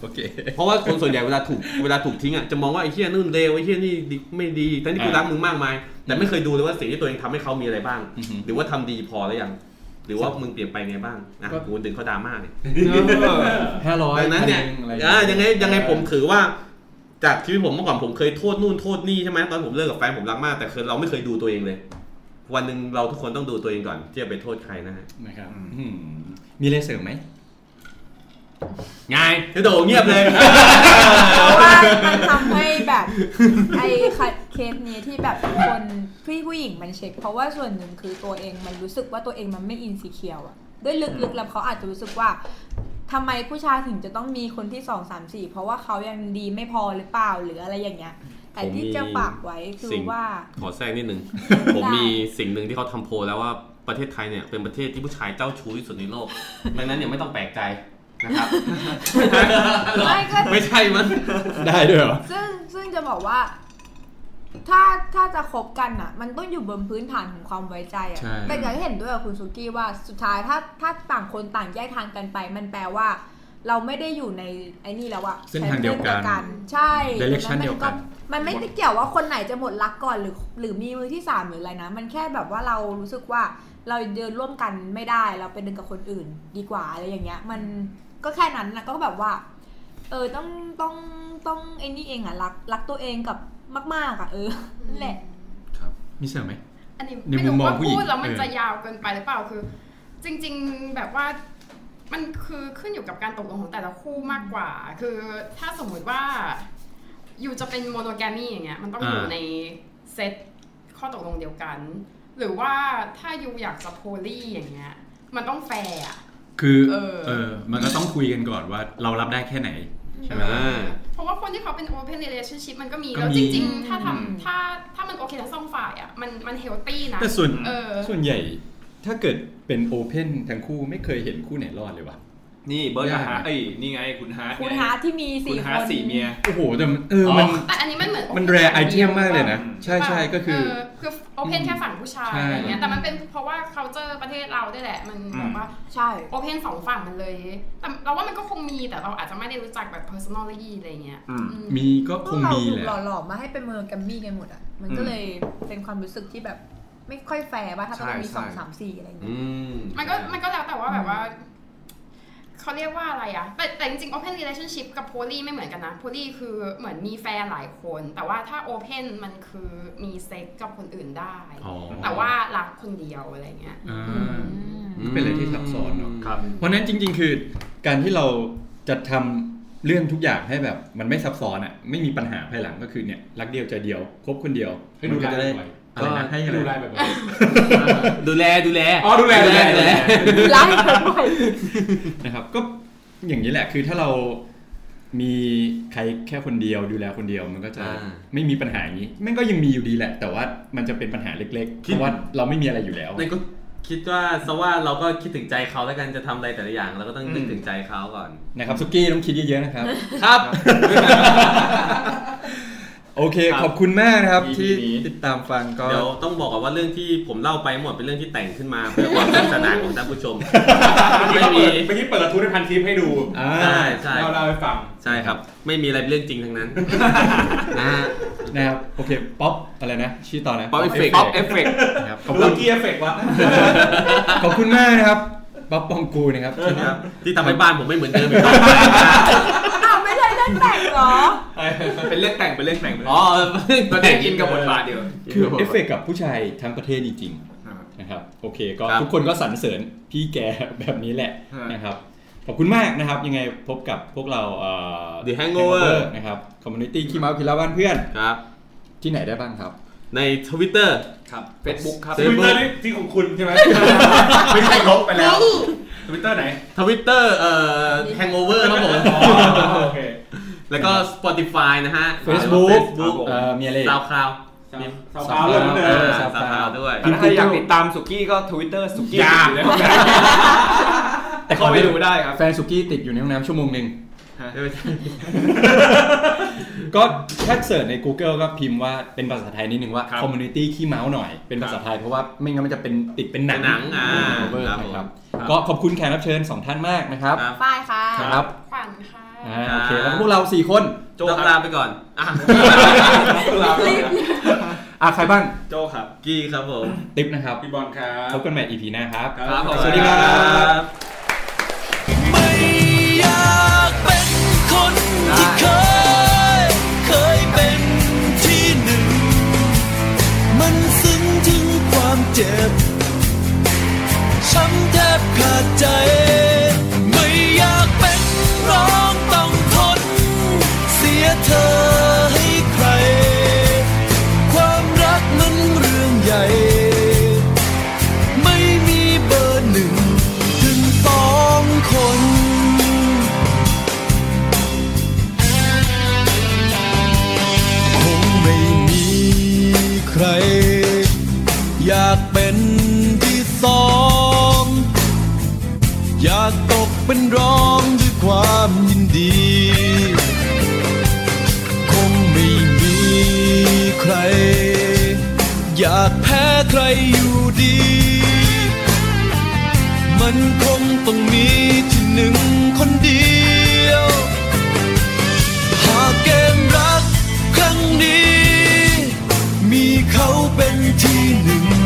C: โอเค
B: เพราะว่าคนส่วนใหญ่เวลาถูกเวลาถูกทิ้งอ่ะจะมองว่าไอ้เหี้ยนู่นเลวไอ้เหี้ยนี่ดีไม่ดีทั้งที่กู
C: อ่ารั
B: รักมึงมากมาย แต่ไม่เคยดูเลยว่าสิ่งที่ตัวเองทำให้เขามีอะไรบ้าง
C: อือหือ
B: หรือว่าทำดีพอหรือยังหรือว่ามึงเปลี่ยนไปไงบ้างอ่ะกูดึงเขาดราม่าเนี่ย
C: ห้าร้อย
B: ดังนั้นเนี่ยอ่ายังไงยังไงผมถือว่า จากชีวิตผมเมื่อก่อนผมเคยโทษนู่นโทษนี่ใช่ไหมตอนผมเลิกกับแฟนผมรักมาก แต่คือเราไม่เคยดูตัวเองเลย วันหนึ่งเราทุกคนต้องดูตัวเองก่อนที่จะไปโทษใครนะฮะ
C: นะครับอืมมีอะไรเสริมไหม
B: ไงจะโดดเงียบ เลย
G: เพราะว่ามันทำให้แบบไอ้เคสนี้ที่แบบคนพี่ผู้หญิงมันเช็ค เพราะว่าส่วนหนึ่งคือตัวเองมันรู้สึกว่าตัวเองมันไม่อินสีเคียวอะด้วยลึกๆแล้วเขาอาจจะรู้สึกว่าทำไมผู้ชายถึงจะต้องมีคนที่สองสามสี่เพราะว่าเขายังดีไม่พอหรือเปล่าหรืออะไรอย่างเงี้ย แต่ที่จะฝากไว้คื
B: สิ่
G: อง ว่า
B: ขอแทรกนิด นึง
G: ได้
B: ผมมีสิ่งหนึ่งที่เขาทำโพลแล้วว่าประเทศไทยเนี่ยเป็นประเทศที่ผู้ชายเจ้าชู้ที่สุดในโลก ดังนั้นเนี่ยไม่ต้องแปลกใจนะครับ
G: ไม่ก็
B: ไม่ใช่มั้ง
C: ได้ด้วยเหรอ
G: ซึ่งซึ่งจะบอกว่า ถ้าถ้าจะคบกันอ่ะ มันต้องอยู่บนพื้นฐานของความไว้ใจ
C: ใช่
G: อะ่ะแต่อย่างที่เห็นด้วยกับคุณสุกี้ว่าสุดท้ายถ้าถ้าต่างคนต่างแยกทางกันไป มันแปลว่า เราไม่ได้อยู่ในไอ้นี่แล้วอะ
C: เส้นทางเดียวกัน
G: ส้ใช่
C: direction
G: มั
C: เดียวกัน
G: มันไม่ได้เกี่ยวว่าคนไหนจะหมดรักก่อนหรือ หรือมีมือที่สามหรืออะไรนะ มันแค่แบบว่าเรารู้สึกว่า เราเดินร่วมกันไม่ได้ เราเป็นหนึ่งกับคนอื่น ดีกว่าอะไรอย่างเงี้ย มันก็แค่นั้นนะก็แบบว่า เออต้องต้องต้องไอ้นี่เองอ่ะรักรักตัวเองกับมาก ๆอ่ะเออ นั่นแหละ
C: มีเสริมไหม
K: อันนี้
C: ใน
K: ไม่
C: มุม
K: รู้
C: มอง
K: ว่า
C: ผู้หญิง
K: พูดแล้วมัน
C: เออ
K: จะยาวเกินไปหรือเปล่าคือ จริง ๆแบบว่ามันคือขึ้นอยู่กับการตกลงของแต่ละคู่มากกว่า คือถ้าสมมุติว่าอยู่จะเป็นโมโนแกรมี่อย่างเงี้ยมันต้องอยู่
B: อ่า
K: ในเซตข้อตกลงเดียวกัน หรือว่าถ้าอยู่อยากจะโพลี่อย่างเงี้ยมันต้องแฟร์อะ
C: คือ
K: เออ
C: เออ มันก็ต้องคุยกันก่อนว่าเรารับได้แค่ไหน ใช่ไหม
B: อ่า
K: เพราะว่าคนที่เขาเป็น open relationship มันก็มี
C: ก็
K: แล้ว
C: มี
K: จริง ๆ ถ้าทำถ้าถ้ามันโอเคทั้งสองฝ่ายอ่ะมันมันเฮลตี้นะ
C: แต่ส่วน
K: เออ
C: ส่วนใหญ่ ถ้าเกิดเป็นโอเพนทั้งคู่ไม่เคยเห็นคู่ไหนรอดเลยว่ะ
I: นี่เบิร์ดกับฮาร์ทเอ้ยนี่ไงคุณฮาร์ท
G: คุณ
I: ไง
G: ฮาร์ทที่มีสี่
I: คุณ
G: ค
I: ฮาร์ท
G: น
I: สี่เมีย
C: โอ้โหแต่มันเออมัน
K: แต่อันนี้มันเหมือน
C: มันแรไอเทมมากเลยนะ ใช่ใช่
K: เปล่า
C: ก็คือ
K: เคือโอเพนแค่ฝั่งผู้ชาย
C: ใช่
K: อะไรเงี้ยแต่มันเป็นเพราะว่าเขาเจอประเทศเราด้วยแหละ มัน
I: อืม
K: แบบว่า
G: ใช่
K: โอเพนสองฝั่งมันเลยแต่เราว่ามันก็คงมีแต่เราอาจจะไม่ได้รู้จักแบบ personality อะไรเงี้ย
I: อืม
K: อืม
C: มีก็
G: พ
C: ควง
G: กเรา
C: มี
G: ถู
C: แหละ
G: กหล่อหลอมมาให้เป็นเมืองแกรมมี่กันหมดอ่ะมันก็เลยเป็นความรู้สึกที่แบบไม่ค่อยแฟร์ว่าถ้าต้องมี
I: ใช่
G: สองสามสี่อะไรอย่างเงี้ย
B: อืม
K: มันก็มันก็แล้วแต่ว่าแบบว่าเขาเรียกว่าอะไรอะแต่แต่จริงๆ open relationship กับ poly ไม่เหมือนกันนะ poly คือเหมือนมีแฟนหลายคน แต่ว่าถ้า open มันคือมีเซ็กกับคนอื่นได้
C: อ๋อ
K: แต่ว่ารักคนเดียวอะไรเงี้ย
C: อ่
K: อื
C: า
K: ม
C: เป็นอะไรที่ซับซ้อนเนอะ
F: ครับ
C: เพราะฉะนั้นจริง ๆ คือการที่เราจะทำเรื่องทุกอย่างให้แบบมันไม่ซับซ้อนอ่ะไม่มีปัญหาภายหลังก็คือเนี่ยรักเดียวใจเดียวคบคนเดียว
H: ให้ดู
C: มันก็จะได้
H: ไลน์บ่อย
C: อะไรนะให้
H: ให้
C: อะไร
H: ดูได้แบบนี้
B: ดูแลดูแล
H: อ๋อดูแลดูแลดูแล
G: ร้ายคนด้วย
C: นะครับ ก็อย่างนี้แหละคือถ้าเรามีใครแค่คนเดียว ดูแลคนเดียวมันก็จะ
B: อ่า
C: ไม่มีปัญหาอย่างนี้แม่งก็ยังมีอยู่ดีแหละ แต่ว่ามันจะเป็นปัญหาเล็กๆเพราะว่าเราไม่มีอะไรอยู่แล้ว
B: นายก็คิดว่าซะว่าเราก็คิดถึงใจเขาแล้วกันจะทำอะไรแต่ละอย่างเราก็ต้องนึกถึงใจเขาก่อน
C: นะครับสุกี้ต้องคิดเยอะๆนะครับ
B: ครับ
C: โอเค ขอบคุณมากนะครับ
I: EP
C: ที่
I: นี้
C: ติดตามฟังก็
B: เดี๋ยวต้องบอกก่อนว่าเรื่องที่ผมเล่าไปหมดเป็นเรื่องที่แต่งขึ้นมาเพื่อความสนุกสนานของท่านผู้ชม
H: ไม่
B: ไม่
H: มี
B: มี
H: เมื่อกี้เปิดกระทู้ในพันทิปให้ดู
C: อ่า
B: ใช่ใช่
H: เราเล่าให้ฟัง
B: ใช่ครับ ไม่มีอะไรเป็นเรื่องจริงทั้งนั้นนะฮะ
C: นะครับ โอเค ป๊อป อะไรนะ ชื่อต่อนะ
F: ป๊อปเอฟเฟก
C: Effect
F: ป๊อปเอฟเฟก
C: นะครับขอบ
H: แล้
C: คุ
H: ว
C: ณ
H: เกียร์เฟกวะ
C: ขอบคุณมากนะครับ ป๊อปปองกูนะครับที่
B: ครับที่ทำให้บ้านผมไม่เหมือนเดิมอีกต่อไป
G: อ้าวไม่ใช่เรื่องแต่งเหรอ
F: เป็นเรื่องแต่งเป็นเรื่องแต่ง
B: อ๋อ
F: ก็ได้กินกับบทบาทเดียว
C: คือเอฟเฟกต์กับผู้ชายทั้งประเทศจริง
F: ครับ
C: ๆนะครับ โอเค ก็ทุกคนก็สรรเสริญพี่แกแบบนี้แหละ
F: ฮะ
C: นะครับ ขอบคุณมากนะครับ ยังไงพบกับพวกเราเอ่อ
B: เดี๋ยวแฮงโอเวอร์
C: นะครับ คอมมูนิตี้ขี้เมาขี้เล่าบ้านเพื่อน
B: ครับ
C: ที่ไหนได้บ้างครับ
B: ในทวิตเตอร์
F: ครับเฟซบุ๊กครับ
H: ทวิตเตอร์นี่ที่ของคุณใช่ไหม ไม่ใช่ลบไปแล้วทวิตเตอร์ไหน
B: ทวิตเตอร์เอ่อแฮงโอเวอร์ครับผม
H: อ๋อโอเค
B: แล้วก็ Spotify นะฮะ
C: Facebook
B: บุ๊ก
C: เอ่อมีอะไรอีก
B: ซาวคลาว
H: สาวขาวเริ่ม
B: เอ
H: เดิ
B: อน ซาวคลาวด้วย
C: พิมพ์
F: ถ้าอยาก
C: Google
F: ติดตามสุกี้ก็ทวิตเตอร์สุกี้
H: อย่า
F: เลย
C: แต่ข
F: เข้า
C: อ
F: ไป
C: ไม่
F: ดู
C: ดู
F: ได้ครับ
C: แฟนสุกี้ติดอยู่ในห้องน้ำชั่วโมงหนึ่ง
B: ไม่ใช่
C: ก็แค่เสิร์ชใน Google ก็พิมพ์ว่าเป็นภาษาไทยนิดนึงว่า
F: ครับ
C: community ขี้เมาส์หน่อย เป็นภาษาไทยเพราะว่าไม่งั้นมันจะเป็นติดเป็นหนัง
B: หนังอ่า
C: เวอร์
B: ครับผม
C: นะครับ ก็ขอบคุณแขกรับเชิญ 2 ท่านมากนะครับ
B: ครับ
G: ฝ้ายค่ะ
C: นะครับ
K: ขวัญค่ะ
C: อ่าโอเคแล้วก็พวกเรา 4 คน
B: โจครับลาไปก่อนอ่ะ
C: อ่ะใครบ้าง
F: โจครับ
B: กี้ครับผม
C: ติ๊บนะครับ
H: พี่บอลครั
C: พ
H: บ
C: บกันใหม่ EP หน้าครับ
F: ครับผม
C: สวัสดีครับ
A: ไม่อยากเป็นคนที่เคย เคยเป็นที่หนึ่ง มันซึ้งถึงความเจ็บ ช้ำแทบขาดใจ ไม่อยากเป็นร้องต้องทน เสียเธอให้ใคร ความรักนั้นเรื่องใหญ่ ไม่มีเบอร์หนึ่ง ถึงสองคน คงไม่มีใคร อยากเป็นที่สอง อยากตกเป็นรองด้วยความยินดี คงไม่มีใคร อยากแพ้ใครอยู่ดี มันคงต้องมีที่หนึ่งคนเดียว หากเกมรักครั้งนี้ มีเขาเป็นที่หนึ่ง